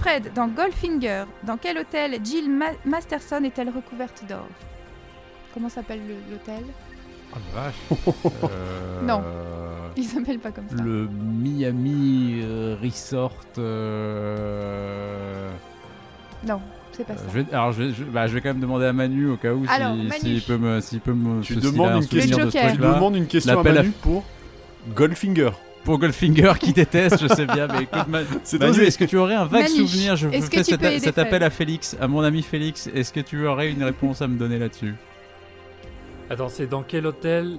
[SPEAKER 3] Fred, dans Goldfinger, dans quel hôtel Jill Ma- Masterson est-elle recouverte d'or Comment s'appelle le- l'hôtel
[SPEAKER 1] Oh la vache
[SPEAKER 3] Non.
[SPEAKER 1] Euh,
[SPEAKER 3] Il s'appelle pas comme ça.
[SPEAKER 1] Le Miami euh, Resort. euh,
[SPEAKER 3] Non, c'est pas
[SPEAKER 1] euh,
[SPEAKER 3] ça.
[SPEAKER 1] je vais, alors je vais, je- bah, je vais quand même demander à Manu au cas où
[SPEAKER 3] Alors,
[SPEAKER 1] si-
[SPEAKER 3] Manu.
[SPEAKER 1] s'il peut me, s'il peut me
[SPEAKER 4] Tu
[SPEAKER 1] se- s'il
[SPEAKER 4] demandes
[SPEAKER 1] a un
[SPEAKER 4] une
[SPEAKER 1] souvenir
[SPEAKER 3] question-
[SPEAKER 1] de ce
[SPEAKER 3] Le Joker.
[SPEAKER 4] Tu
[SPEAKER 1] truc-là.
[SPEAKER 4] demandes une question à
[SPEAKER 1] l'appel à
[SPEAKER 4] Manu pour Goldfinger.
[SPEAKER 1] Pour Goldfinger qui déteste, je sais bien, mais écoute, Ma-
[SPEAKER 4] C'est
[SPEAKER 1] Manu,
[SPEAKER 4] dosé.
[SPEAKER 1] Bah, est-ce que tu aurais un vague
[SPEAKER 3] Manu,
[SPEAKER 1] souvenir Je
[SPEAKER 3] est-ce que
[SPEAKER 1] fais
[SPEAKER 3] tu
[SPEAKER 1] cet,
[SPEAKER 3] peux aider
[SPEAKER 1] cet
[SPEAKER 3] Fred
[SPEAKER 1] appel à Félix, à mon ami Félix. Est-ce que tu aurais une réponse à me donner là-dessus
[SPEAKER 5] Attends, c'est dans quel hôtel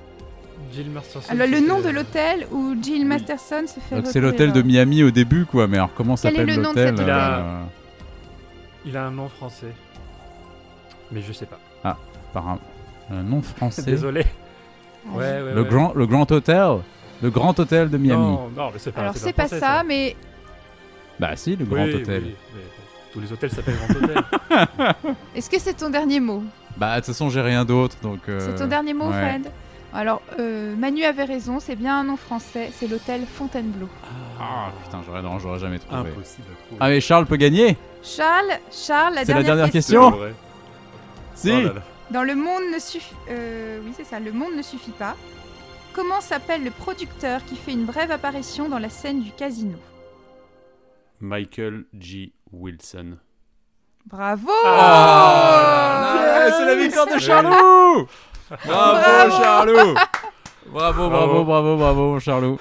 [SPEAKER 5] Jill Masterson
[SPEAKER 3] Alors, Ah, le
[SPEAKER 5] se
[SPEAKER 3] nom
[SPEAKER 5] fait-
[SPEAKER 3] de l'hôtel où Jill Masterson se fait
[SPEAKER 1] Donc c'est
[SPEAKER 3] recouvrir
[SPEAKER 1] l'hôtel de
[SPEAKER 3] d'or.
[SPEAKER 1] Miami au début, quoi. Mais alors comment
[SPEAKER 3] Quel est
[SPEAKER 1] s'appelle
[SPEAKER 3] le nom de cet
[SPEAKER 1] l'hôtel
[SPEAKER 5] hôtel
[SPEAKER 1] euh,
[SPEAKER 5] Il a un nom français. Mais je sais pas.
[SPEAKER 1] Par un, un nom français.
[SPEAKER 5] Désolé. Ouais, ouais,
[SPEAKER 1] Le
[SPEAKER 5] ouais.
[SPEAKER 1] grand, le grand hôtel, le grand hôtel de Miami.
[SPEAKER 5] Non, non, mais c'est pas
[SPEAKER 3] Alors
[SPEAKER 1] Ah,
[SPEAKER 5] c'est
[SPEAKER 3] c'est pas
[SPEAKER 5] français,
[SPEAKER 3] ça, mais
[SPEAKER 1] Bah si, le grand
[SPEAKER 5] Oui,
[SPEAKER 1] hôtel.
[SPEAKER 5] oui, mais Tous les hôtels s'appellent Grand Hôtel.
[SPEAKER 3] est-ce que c'est ton dernier mot
[SPEAKER 1] Bah de toute façon, j'ai rien d'autre, donc. euh,
[SPEAKER 3] C'est ton dernier mot,
[SPEAKER 1] ouais.
[SPEAKER 3] Fred Alors, euh, Manu avait raison, c'est bien un nom français, c'est l'hôtel Fontainebleau.
[SPEAKER 1] Ah putain, j'aurais non, j'aurais jamais trouvé.
[SPEAKER 4] Impossible à trouver.
[SPEAKER 1] Ah mais Charles peut gagner.
[SPEAKER 3] Charles, Charles, la
[SPEAKER 1] C'est la
[SPEAKER 3] dernière,
[SPEAKER 1] dernière
[SPEAKER 4] C'est
[SPEAKER 1] question.
[SPEAKER 4] vrai.
[SPEAKER 1] Si.
[SPEAKER 4] Oh là là.
[SPEAKER 3] Dans le monde ne suffit, euh, oui c'est ça, le monde ne suffit pas. Comment s'appelle le producteur qui fait une brève apparition dans la scène du casino
[SPEAKER 4] Michael G. Wilson.
[SPEAKER 3] Bravo
[SPEAKER 4] Oh
[SPEAKER 1] Ah, c'est la victoire de Charlot. Bravo Charlot. Bravo, bravo,
[SPEAKER 5] Bravo.
[SPEAKER 1] bravo, bravo, mon Charlot.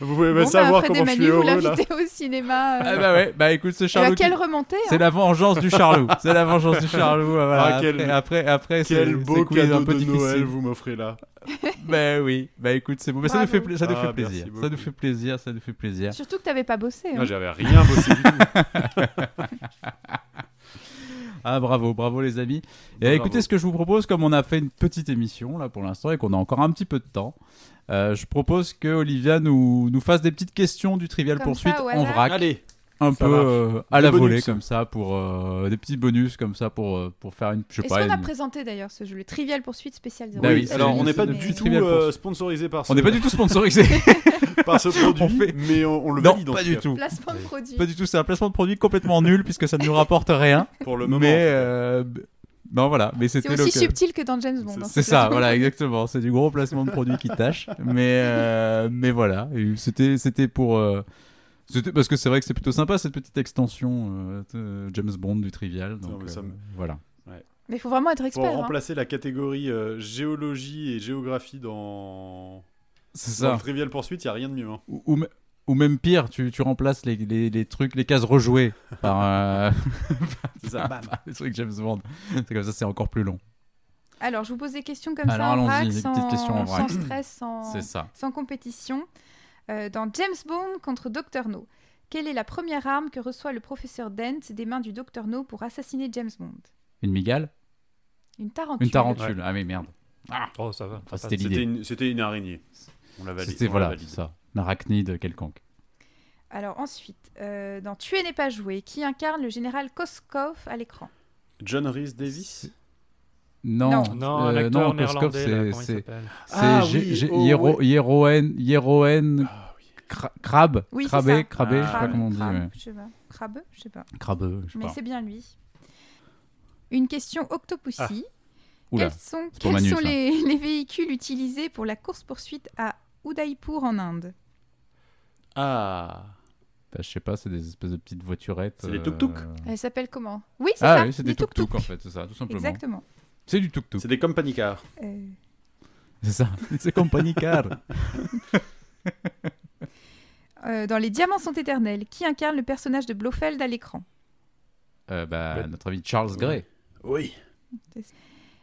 [SPEAKER 4] Vous pouvez
[SPEAKER 3] Bon,
[SPEAKER 4] pas
[SPEAKER 3] bah,
[SPEAKER 4] savoir
[SPEAKER 3] Fred et
[SPEAKER 4] comment je
[SPEAKER 3] Manu,
[SPEAKER 4] suis
[SPEAKER 3] vous
[SPEAKER 4] heureux là.
[SPEAKER 3] l'invitez au cinéma. euh.
[SPEAKER 1] Ah bah ouais, bah écoute ce
[SPEAKER 3] Et à
[SPEAKER 1] Charlot. qui-
[SPEAKER 3] quelle remontée hein.
[SPEAKER 1] C'est la vengeance du Charlot. C'est la vengeance du Charlot. voilà.
[SPEAKER 4] Ah, quel-
[SPEAKER 1] après, après, après, c'est-
[SPEAKER 4] Quel
[SPEAKER 1] c'est
[SPEAKER 4] beau
[SPEAKER 1] quiz
[SPEAKER 4] cadeau
[SPEAKER 1] un peu
[SPEAKER 4] de
[SPEAKER 1] difficile.
[SPEAKER 4] Noël vous m'offrez là.
[SPEAKER 1] Bah oui, bah écoute, c'est bon. Bah, ça nous
[SPEAKER 3] Bravo.
[SPEAKER 1] fait, pla- ça nous
[SPEAKER 4] Ah,
[SPEAKER 1] fait
[SPEAKER 4] merci
[SPEAKER 1] plaisir. Ça nous
[SPEAKER 4] beaucoup.
[SPEAKER 1] fait plaisir, ça nous fait plaisir.
[SPEAKER 3] Surtout que t'avais pas bossé. hein.
[SPEAKER 4] Non, Ah, j'avais rien bossé du tout.
[SPEAKER 1] Ah bravo, bravo les amis. Et
[SPEAKER 4] Bravo.
[SPEAKER 1] écoutez ce que je vous propose, comme on a fait une petite émission là pour l'instant et qu'on a encore un petit peu de temps, euh, je propose que Olivia nous, nous fasse des petites questions du Trivial
[SPEAKER 3] Comme
[SPEAKER 1] Poursuite
[SPEAKER 3] ça, au
[SPEAKER 1] en
[SPEAKER 3] hasard.
[SPEAKER 1] vrac,
[SPEAKER 4] Allez,
[SPEAKER 1] un
[SPEAKER 5] Ça
[SPEAKER 1] peu
[SPEAKER 5] marche.
[SPEAKER 1] euh, à
[SPEAKER 4] Des
[SPEAKER 1] la
[SPEAKER 4] bonus.
[SPEAKER 1] volée comme ça pour euh, des petits bonus comme ça pour euh, pour faire une je sais
[SPEAKER 3] Est-ce
[SPEAKER 1] pas.
[SPEAKER 3] qu'on a
[SPEAKER 1] une-
[SPEAKER 3] présenté d'ailleurs ce jeu, le Trivial Poursuite spécial
[SPEAKER 1] Bah oui,
[SPEAKER 4] oui,
[SPEAKER 1] c'est
[SPEAKER 4] alors
[SPEAKER 1] le-
[SPEAKER 4] on n'est
[SPEAKER 1] c'est
[SPEAKER 4] pas
[SPEAKER 1] le-
[SPEAKER 4] du
[SPEAKER 1] c'est
[SPEAKER 4] tout
[SPEAKER 1] trivial
[SPEAKER 4] euh,
[SPEAKER 1] pour-
[SPEAKER 4] sponsorisé par ce,
[SPEAKER 1] On n'est pas du tout sponsorisé.
[SPEAKER 4] par ce produit,
[SPEAKER 1] On fait-
[SPEAKER 4] mais on, on le
[SPEAKER 1] non,
[SPEAKER 4] valide en
[SPEAKER 1] pas
[SPEAKER 4] tout
[SPEAKER 1] du
[SPEAKER 4] cas,
[SPEAKER 1] tout.
[SPEAKER 3] Placement de produit.
[SPEAKER 1] Pas du tout. C'est un placement de produit complètement nul puisque ça ne nous rapporte rien.
[SPEAKER 4] pour le moment.
[SPEAKER 1] mais euh, non voilà, mais
[SPEAKER 3] C'est
[SPEAKER 1] c'était
[SPEAKER 3] aussi
[SPEAKER 1] l'occasion.
[SPEAKER 3] subtil que dans James Bond. hein,
[SPEAKER 1] C'est
[SPEAKER 3] ce
[SPEAKER 1] ça,
[SPEAKER 3] placement.
[SPEAKER 1] voilà, exactement. C'est du gros placement de produit qui tâche. Mais, euh, mais voilà, Et c'était c'était pour. euh, c'était- parce que c'est vrai que c'est plutôt sympa cette petite extension euh, de James Bond du trivial. Donc,
[SPEAKER 4] mais ça
[SPEAKER 1] euh,
[SPEAKER 4] me-
[SPEAKER 1] voilà.
[SPEAKER 3] Mais il faut vraiment être
[SPEAKER 4] Pour
[SPEAKER 3] expert. hein.
[SPEAKER 4] remplacer la catégorie euh, géologie et géographie dans,
[SPEAKER 1] C'est
[SPEAKER 4] dans
[SPEAKER 1] ça.
[SPEAKER 4] le Trivial Poursuite, il n'y a rien de mieux. hein.
[SPEAKER 1] Ou, ou m- ou même pire, tu, tu remplaces les, les- les trucs, les cases rejouées par, euh,
[SPEAKER 4] C'est ça, bam.
[SPEAKER 1] par les trucs James Bond. C'est comme ça, c'est encore plus long.
[SPEAKER 3] Alors, je vous pose des questions comme
[SPEAKER 1] Alors,
[SPEAKER 3] ça en
[SPEAKER 1] allons-y,
[SPEAKER 3] vrac,
[SPEAKER 1] des
[SPEAKER 3] sans,
[SPEAKER 1] petites questions en vrac.
[SPEAKER 3] sans stress, sans,
[SPEAKER 1] C'est ça.
[SPEAKER 3] sans compétition. Euh, dans James Bond contre Dr. No, quelle est la première arme que reçoit le professeur Dent des mains du Dr. No pour assassiner James Bond
[SPEAKER 1] Une migale
[SPEAKER 3] Une tarentule.
[SPEAKER 1] Une tarentule. Ah, mais merde.
[SPEAKER 5] Oh, ça va.
[SPEAKER 1] Enfin,
[SPEAKER 5] ça
[SPEAKER 1] Ah, c'était
[SPEAKER 5] passe.
[SPEAKER 1] l'idée.
[SPEAKER 7] C'était une, c'était une araignée. On l'a validé.
[SPEAKER 1] C'était
[SPEAKER 7] on l'a
[SPEAKER 1] voilà,
[SPEAKER 7] validé.
[SPEAKER 1] ça. Un arachnide quelconque.
[SPEAKER 3] Alors ensuite, euh, dans Tuer n'est pas joué, qui incarne le général Koskov à l'écran
[SPEAKER 4] John Rhys Davis
[SPEAKER 1] Non,
[SPEAKER 5] Non,
[SPEAKER 1] euh,
[SPEAKER 5] l'acteur
[SPEAKER 1] non, Koskov,
[SPEAKER 5] néerlandais, là,
[SPEAKER 1] c'est-
[SPEAKER 5] comment il
[SPEAKER 1] c'est
[SPEAKER 5] s'appelle
[SPEAKER 4] Ah
[SPEAKER 1] c'est G-
[SPEAKER 4] oui,
[SPEAKER 1] G-
[SPEAKER 4] oh,
[SPEAKER 1] Hiero-
[SPEAKER 4] ouais.
[SPEAKER 1] Hieroen- Hieroen Cra- Crabbe.
[SPEAKER 3] Oui, c'est ça.
[SPEAKER 1] Crabbe, Crabbe, je sais pas
[SPEAKER 3] Crabe,
[SPEAKER 1] comment on dit.
[SPEAKER 3] crabe,
[SPEAKER 1] ouais.
[SPEAKER 3] je sais pas. Crabe, je sais pas.
[SPEAKER 1] Crabbe, je sais
[SPEAKER 3] Mais
[SPEAKER 1] pas.
[SPEAKER 3] c'est bien lui. Une question Octopussy.
[SPEAKER 1] Ah, Oula.
[SPEAKER 3] Quels sont,
[SPEAKER 1] pour
[SPEAKER 3] quels
[SPEAKER 1] Manu,
[SPEAKER 3] sont
[SPEAKER 1] ça.
[SPEAKER 3] les, les véhicules utilisés pour la course-poursuite à Udaipur en Inde
[SPEAKER 7] Ah
[SPEAKER 1] Bah, je sais pas, c'est des espèces de petites voiturettes. euh,
[SPEAKER 7] C'est des tuk-tuk.
[SPEAKER 3] Elle s'appelle comment Oui, c'est
[SPEAKER 1] Ah
[SPEAKER 3] ça.
[SPEAKER 1] oui, c'est
[SPEAKER 3] des
[SPEAKER 1] des tuk-tuk
[SPEAKER 3] tuk-tuk.
[SPEAKER 1] en fait, c'est ça, tout simplement.
[SPEAKER 3] Exactement.
[SPEAKER 1] C'est du tuk-tuk.
[SPEAKER 4] C'était comme Panicard.
[SPEAKER 3] Euh,
[SPEAKER 1] C'est ça, c'est compagnie car.
[SPEAKER 3] euh, dans Les Diamants sont éternels, qui incarne le personnage de Blofeld à l'écran
[SPEAKER 1] Euh, bah,
[SPEAKER 5] Ouais.
[SPEAKER 1] notre ami Charles Gray.
[SPEAKER 4] Oui.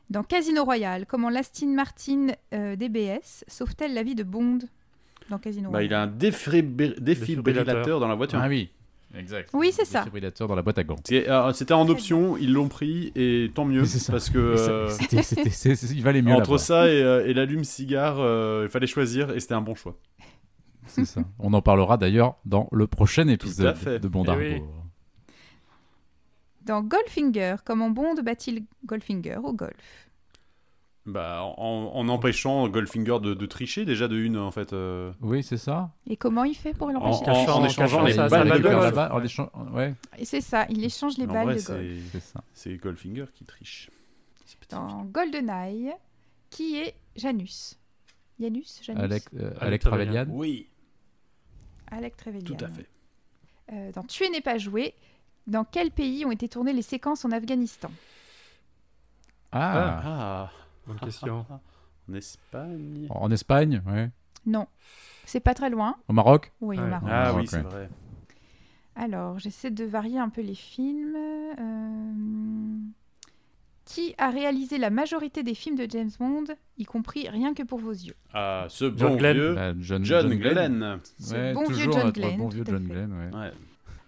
[SPEAKER 3] Dans Casino Royale, comment Lastine Martin euh, DBS sauve-t-elle la vie de Bond dans Casino
[SPEAKER 4] Bah,
[SPEAKER 3] Royale
[SPEAKER 4] il a un défibri- défibrillateur dans la voiture.
[SPEAKER 1] Ah oui, exact.
[SPEAKER 3] Oui, c'est ça.
[SPEAKER 1] Défibrillateur dans la boîte à gants.
[SPEAKER 4] C'est- euh, C'était en
[SPEAKER 3] Très
[SPEAKER 4] option, ils l'ont pris et tant mieux
[SPEAKER 1] Mais c'est ça.
[SPEAKER 4] parce que euh,
[SPEAKER 1] C'était- c'était- c'est- c'est- il valait mieux
[SPEAKER 4] entre
[SPEAKER 1] là-bas.
[SPEAKER 4] ça et, euh, et l'allume cigare, euh, il fallait choisir et c'était un bon choix.
[SPEAKER 1] C'est ça. On en parlera d'ailleurs dans le prochain
[SPEAKER 4] à
[SPEAKER 1] épisode
[SPEAKER 4] fait.
[SPEAKER 1] de Bond
[SPEAKER 5] Eh
[SPEAKER 1] Argo.
[SPEAKER 5] oui.
[SPEAKER 3] Dans Goldfinger, comment Bond bat-il Goldfinger au golf
[SPEAKER 4] Bah, en, en empêchant Goldfinger de, de tricher déjà de une en fait. euh,
[SPEAKER 1] Oui, c'est ça.
[SPEAKER 3] Et comment il fait pour
[SPEAKER 4] en, en-
[SPEAKER 3] l'empêcher
[SPEAKER 4] en
[SPEAKER 5] cachant- en
[SPEAKER 4] échangeant
[SPEAKER 5] cachant
[SPEAKER 4] les
[SPEAKER 5] sa- sa
[SPEAKER 4] balles de
[SPEAKER 5] balle de
[SPEAKER 1] récupère
[SPEAKER 4] golf.
[SPEAKER 1] la
[SPEAKER 5] golf.
[SPEAKER 1] balle en échange- Ouais,
[SPEAKER 3] Et C'est ça, il échange les
[SPEAKER 4] Mais en
[SPEAKER 3] balles
[SPEAKER 4] vrai,
[SPEAKER 3] de golf.
[SPEAKER 4] c'est-
[SPEAKER 1] c'est ça.
[SPEAKER 4] C'est Goldfinger qui triche. C'est petit.
[SPEAKER 3] Dans GoldenEye, qui est Janus Janus Janus
[SPEAKER 1] Alec, euh, Alec
[SPEAKER 5] Alec
[SPEAKER 1] Trevelyan.
[SPEAKER 4] Oui,
[SPEAKER 3] Alec Trevelyan.
[SPEAKER 4] tout à fait.
[SPEAKER 3] Euh, dans Tuer n'est pas joué, dans quel pays ont été tournées les séquences en Afghanistan
[SPEAKER 1] Ah,
[SPEAKER 4] Ah,
[SPEAKER 5] Bonne question.
[SPEAKER 4] en Espagne.
[SPEAKER 1] en Espagne, ouais.
[SPEAKER 3] Non. C'est pas très loin.
[SPEAKER 1] Au Maroc.
[SPEAKER 3] Oui, au
[SPEAKER 5] Ouais.
[SPEAKER 3] Maroc.
[SPEAKER 4] Ah
[SPEAKER 1] Ah,
[SPEAKER 4] oui,
[SPEAKER 1] ok.
[SPEAKER 4] c'est vrai.
[SPEAKER 3] Alors, j'essaie de varier un peu les films. Euh, Qui a réalisé la majorité des films de James Bond, y compris Rien que pour vos yeux
[SPEAKER 4] Ah, ce
[SPEAKER 5] John
[SPEAKER 4] bon
[SPEAKER 5] Glenn.
[SPEAKER 4] vieux
[SPEAKER 1] Bah, John,
[SPEAKER 4] John Glenn.
[SPEAKER 3] Ce
[SPEAKER 1] Ouais,
[SPEAKER 3] bon vieux
[SPEAKER 1] toujours
[SPEAKER 3] John
[SPEAKER 1] notre
[SPEAKER 3] Glenn,
[SPEAKER 1] Bon vieux
[SPEAKER 3] tout à
[SPEAKER 1] John
[SPEAKER 3] fait.
[SPEAKER 1] Glenn, ouais.
[SPEAKER 4] Ouais.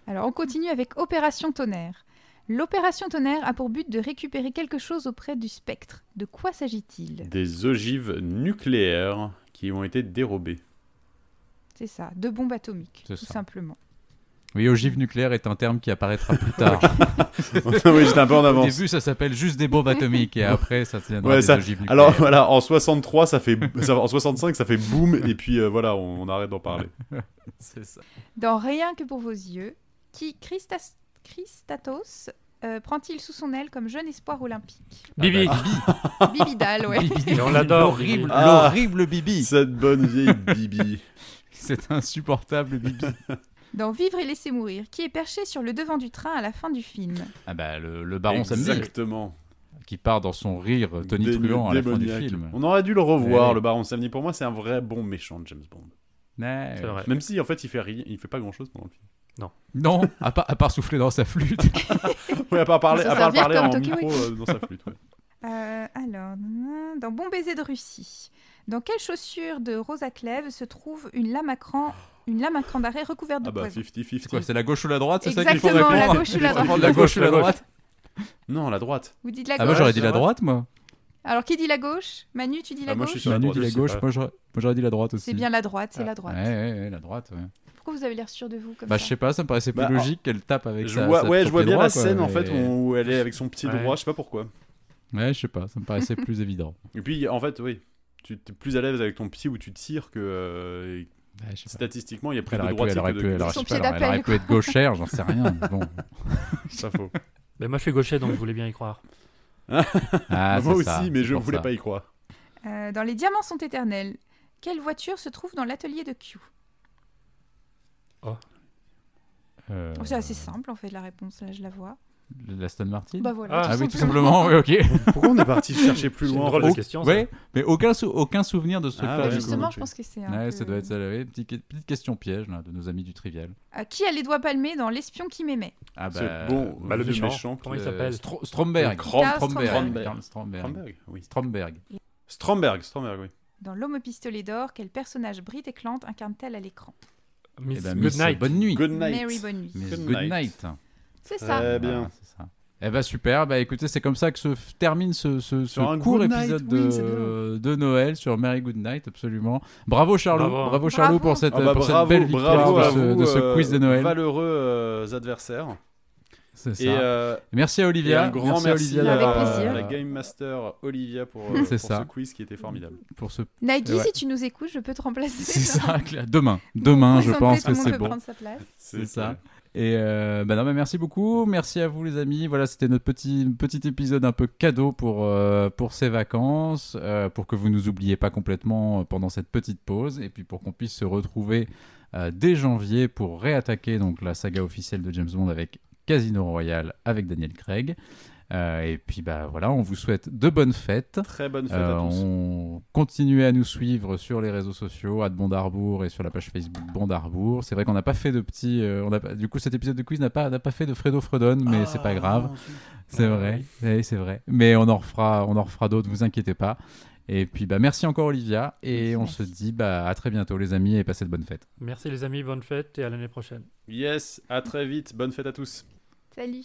[SPEAKER 3] Alors, on continue avec Opération Tonnerre. L'opération Tonnerre a pour but de récupérer quelque chose auprès du spectre. De quoi s'agit-il
[SPEAKER 4] Des ogives nucléaires qui ont été dérobées.
[SPEAKER 3] C'est ça, de bombes atomiques,
[SPEAKER 1] C'est
[SPEAKER 3] tout
[SPEAKER 1] ça.
[SPEAKER 3] simplement.
[SPEAKER 1] Oui, ogive nucléaire est un terme qui apparaîtra plus tard.
[SPEAKER 4] oui, j'étais un peu en
[SPEAKER 1] Au
[SPEAKER 4] avance.
[SPEAKER 1] début, ça s'appelle juste des bombes atomiques et après, ça deviendra
[SPEAKER 4] Ouais,
[SPEAKER 1] des
[SPEAKER 4] ça-
[SPEAKER 1] ogives nucléaires.
[SPEAKER 4] Alors voilà, en 63, ça fait, ça- en 65, ça fait boum, et puis euh, voilà, on, on arrête d'en parler.
[SPEAKER 1] c'est ça.
[SPEAKER 3] Dans Rien que pour vos yeux, qui Christas- Christatos euh, prend-il sous son aile comme jeune espoir olympique
[SPEAKER 5] Bibi
[SPEAKER 3] Bibidal, ouais.
[SPEAKER 5] Et on l'adore,
[SPEAKER 1] Ah, bah. L'horrible,
[SPEAKER 5] Bibi.
[SPEAKER 4] Ah.
[SPEAKER 1] l'horrible Bibi.
[SPEAKER 4] Cette bonne vieille Bibi.
[SPEAKER 1] C'est insupportable, Bibi.
[SPEAKER 3] Dans Vivre et laisser mourir, qui est perché sur le devant du train à la fin du film.
[SPEAKER 1] Ah bah, le, le baron Samedi
[SPEAKER 4] Exactement.
[SPEAKER 1] qui part dans son rire
[SPEAKER 4] Dénu-
[SPEAKER 1] tonitruant Euh, à la fin du
[SPEAKER 4] démoniaque.
[SPEAKER 1] film.
[SPEAKER 4] On aurait dû le revoir,
[SPEAKER 1] Ouais.
[SPEAKER 4] le Baron Samedi. Pour moi, c'est un vrai bon méchant de James Bond.
[SPEAKER 1] Ouais.
[SPEAKER 5] C'est vrai.
[SPEAKER 4] Même si, en fait, il fait rien, il fait pas grand chose pendant le film.
[SPEAKER 1] Non, à part, à part souffler dans sa flûte.
[SPEAKER 4] Oui, à part parler,
[SPEAKER 3] Ça
[SPEAKER 4] à part
[SPEAKER 3] servir
[SPEAKER 4] parler
[SPEAKER 3] comme
[SPEAKER 4] en
[SPEAKER 3] Tokyo
[SPEAKER 4] micro euh, dans sa flûte. ouais.
[SPEAKER 3] Euh, alors, nan, dans Bon baiser de Russie, dans quelle chaussure de Rosa Clèves se trouve une lame à cran, une lame à cran d'arrêt recouverte de
[SPEAKER 4] Ah bah,
[SPEAKER 3] poison
[SPEAKER 4] 50-50.
[SPEAKER 1] C'est quoi, c'est la gauche ou la droite C'est ça qu'il faut
[SPEAKER 3] Exactement,
[SPEAKER 1] répondre
[SPEAKER 3] la gauche ou la droite.
[SPEAKER 1] Prendre la gauche ou la droite
[SPEAKER 4] Non, la droite.
[SPEAKER 3] Vous dites la
[SPEAKER 1] Ah
[SPEAKER 3] gauche
[SPEAKER 1] moi j'aurais dit
[SPEAKER 5] la
[SPEAKER 1] la droite, moi.
[SPEAKER 3] Alors, qui dit la gauche Manu, tu dis la
[SPEAKER 4] Ah, moi, je suis
[SPEAKER 3] gauche
[SPEAKER 4] sur la
[SPEAKER 1] Manu
[SPEAKER 4] droite.
[SPEAKER 1] dit la
[SPEAKER 5] je sais
[SPEAKER 1] gauche,
[SPEAKER 5] pas.
[SPEAKER 1] moi j'aurais moi, j'aurais dit la droite aussi.
[SPEAKER 3] C'est bien la droite, c'est
[SPEAKER 5] Ah.
[SPEAKER 3] la droite.
[SPEAKER 1] Ouais, ouais, ouais, la droite, ouais.
[SPEAKER 3] Pourquoi vous avez l'air sûr de vous comme
[SPEAKER 1] Bah,
[SPEAKER 3] ça
[SPEAKER 1] je sais pas, ça me paraissait plus
[SPEAKER 4] Bah,
[SPEAKER 1] logique qu'elle tape avec
[SPEAKER 4] Je
[SPEAKER 1] sa,
[SPEAKER 4] vois,
[SPEAKER 1] sa-
[SPEAKER 4] ouais,
[SPEAKER 1] son
[SPEAKER 4] je vois
[SPEAKER 1] pied
[SPEAKER 4] bien
[SPEAKER 1] droit,
[SPEAKER 4] la
[SPEAKER 1] quoi,
[SPEAKER 4] scène en
[SPEAKER 1] mais-
[SPEAKER 4] fait où où elle est avec son pied
[SPEAKER 5] Ouais.
[SPEAKER 4] droit, je sais pas pourquoi.
[SPEAKER 1] Ouais, je sais pas, ça me paraissait plus évident.
[SPEAKER 4] Et puis en fait, oui, tu es plus à l'aise avec ton pied où tu tires que euh, et
[SPEAKER 1] Ouais, je sais pas.
[SPEAKER 4] statistiquement il y a plus
[SPEAKER 1] Elle
[SPEAKER 4] de
[SPEAKER 1] aurait pu, elle
[SPEAKER 4] droitiers
[SPEAKER 1] aurait
[SPEAKER 4] que
[SPEAKER 1] pu, elle
[SPEAKER 4] de
[SPEAKER 1] aurait-
[SPEAKER 3] Son
[SPEAKER 1] je sais
[SPEAKER 3] pied
[SPEAKER 1] pas, elle aurait
[SPEAKER 3] d'appel,
[SPEAKER 1] pu être gauchère, j'en sais rien. mais Bon.
[SPEAKER 4] ça faux.
[SPEAKER 5] Mais moi, je suis gaucher, donc je voulais bien y croire.
[SPEAKER 1] Ah,
[SPEAKER 4] Moi
[SPEAKER 1] c'est
[SPEAKER 4] aussi,
[SPEAKER 1] ça,
[SPEAKER 4] mais
[SPEAKER 1] c'est
[SPEAKER 4] je
[SPEAKER 1] pour
[SPEAKER 4] voulais
[SPEAKER 1] ça.
[SPEAKER 4] pas y croire.
[SPEAKER 3] Euh, Dans Les diamants sont éternels, quelle voiture se trouve dans l'atelier de Q
[SPEAKER 1] Euh, Euh,
[SPEAKER 3] Bah,
[SPEAKER 1] ah
[SPEAKER 3] C'est assez simple en fait la réponse, là je la vois.
[SPEAKER 1] La Stan Martin
[SPEAKER 3] Bah voilà.
[SPEAKER 5] Ah,
[SPEAKER 1] Ah oui, tout simplement, oui, ok.
[SPEAKER 8] Pourquoi on est parti chercher plus
[SPEAKER 5] C'est une
[SPEAKER 8] loin
[SPEAKER 5] drôle de
[SPEAKER 1] Oh,
[SPEAKER 5] question. ça.
[SPEAKER 1] Ouais, mais aucun, sou- aucun souvenir de ce
[SPEAKER 8] Ah,
[SPEAKER 1] truc-là.
[SPEAKER 8] ouais,
[SPEAKER 1] du coup.
[SPEAKER 3] Bah, Justement,
[SPEAKER 8] ok.
[SPEAKER 3] je pense que c'est un
[SPEAKER 1] Ouais,
[SPEAKER 3] peu-
[SPEAKER 1] ça doit être ça. là, oui. Petite, que- petite question piège là, de nos amis du trivial.
[SPEAKER 3] À qui a les doigts palmés dans L'espion qui m'aimait
[SPEAKER 1] Ah
[SPEAKER 8] C'est
[SPEAKER 1] bah.
[SPEAKER 8] bon,
[SPEAKER 5] bah, le
[SPEAKER 8] vieux
[SPEAKER 5] méchant.
[SPEAKER 8] qui
[SPEAKER 5] Comment il
[SPEAKER 8] est-
[SPEAKER 5] s'appelle
[SPEAKER 1] euh, Stro- Stromberg.
[SPEAKER 8] Karl
[SPEAKER 1] Stromberg.
[SPEAKER 8] Stromberg.
[SPEAKER 1] Karl Stromberg.
[SPEAKER 8] Stromberg, oui.
[SPEAKER 1] Stromberg.
[SPEAKER 8] Stromberg, Stromberg, oui.
[SPEAKER 3] Dans L'homme au pistolet d'or, quel personnage brite et clante incarne-t-elle à l'écran
[SPEAKER 1] Eh
[SPEAKER 5] Miss
[SPEAKER 1] ben, Miss
[SPEAKER 5] Goodnight.
[SPEAKER 1] Bonne nuit.
[SPEAKER 8] Good
[SPEAKER 3] Mary
[SPEAKER 8] night.
[SPEAKER 3] Bonne Nuit.
[SPEAKER 1] Miss
[SPEAKER 8] Good
[SPEAKER 1] Good
[SPEAKER 8] night.
[SPEAKER 1] night.
[SPEAKER 3] C'est ça.
[SPEAKER 8] Euh, Très
[SPEAKER 1] Voilà,
[SPEAKER 8] bien.
[SPEAKER 1] c'est ça. Eh bah super, bah écoutez, c'est comme ça que se f- termine ce, ce- ce
[SPEAKER 8] Sur un
[SPEAKER 1] court
[SPEAKER 8] good night,
[SPEAKER 1] épisode
[SPEAKER 8] oui, c'est
[SPEAKER 1] de, de Noël sur Merry Good Night, absolument. Bravo Charlot, bravo,
[SPEAKER 5] Bravo.
[SPEAKER 1] Charlot
[SPEAKER 3] Bravo.
[SPEAKER 1] pour cette,
[SPEAKER 8] Ah bah,
[SPEAKER 1] pour cette
[SPEAKER 8] bravo,
[SPEAKER 1] belle victoire
[SPEAKER 8] bravo
[SPEAKER 1] de
[SPEAKER 8] à
[SPEAKER 1] ce,
[SPEAKER 8] vous,
[SPEAKER 1] de ce
[SPEAKER 8] euh,
[SPEAKER 1] quiz de Noël.
[SPEAKER 8] Valeureux euh, adversaires.
[SPEAKER 1] C'est ça.
[SPEAKER 8] Et, euh,
[SPEAKER 1] merci à
[SPEAKER 8] et
[SPEAKER 1] Olivia,
[SPEAKER 8] un grand
[SPEAKER 1] à
[SPEAKER 8] merci,
[SPEAKER 1] Olivia
[SPEAKER 8] à,
[SPEAKER 1] d'avoir- euh,
[SPEAKER 3] Avec plaisir.
[SPEAKER 8] la Game Master Olivia pour, euh, pour
[SPEAKER 1] C'est ça.
[SPEAKER 8] ce quiz qui était formidable.
[SPEAKER 1] pour ce
[SPEAKER 3] Nagui,
[SPEAKER 1] Ouais.
[SPEAKER 3] si tu nous écoutes, je peux te remplacer.
[SPEAKER 1] C'est ça, cla- demain. Demain, je
[SPEAKER 3] Présenter,
[SPEAKER 1] pense
[SPEAKER 3] tout
[SPEAKER 1] que
[SPEAKER 3] le monde
[SPEAKER 1] c'est
[SPEAKER 3] peut
[SPEAKER 1] bon.
[SPEAKER 3] prendre sa place.
[SPEAKER 1] C'est ça. Et euh, bah non, bah merci beaucoup. Merci à vous, les amis. Voilà, c'était notre petit, petit épisode un peu cadeau pour, euh, pour ces vacances, euh, pour que vous nous oubliez pas complètement euh, pendant cette petite pause, et puis pour qu'on puisse se retrouver euh, dès janvier pour réattaquer donc, la saga officielle de James Bond avec Casino Royale, avec Daniel Craig. Euh, et puis bah voilà, on vous souhaite de bonnes fêtes.
[SPEAKER 8] Très bonne fête
[SPEAKER 1] Euh,
[SPEAKER 8] à tous.
[SPEAKER 1] on continue à nous suivre sur les réseaux sociaux, à Bondarbourg et sur la page Facebook Bondarbourg. C'est vrai qu'on n'a pas fait de petits. euh, on n'a pas- du coup, cet épisode de quiz n'a pas, n'a pas fait de Fredo Fredon, mais c'est pas grave. C'est vrai, oui, c'est vrai. Mais on en refera, on en refera d'autres. Vous inquiétez pas. Et puis, bah, merci encore Olivia. Et
[SPEAKER 3] Merci,
[SPEAKER 1] on
[SPEAKER 3] merci.
[SPEAKER 1] se dit bah, à très bientôt, les amis, et passez de bonnes fêtes.
[SPEAKER 5] Merci les amis, bonne fête et à l'année prochaine.
[SPEAKER 8] Yes, à très vite. Bonne fête à tous.
[SPEAKER 3] Salut.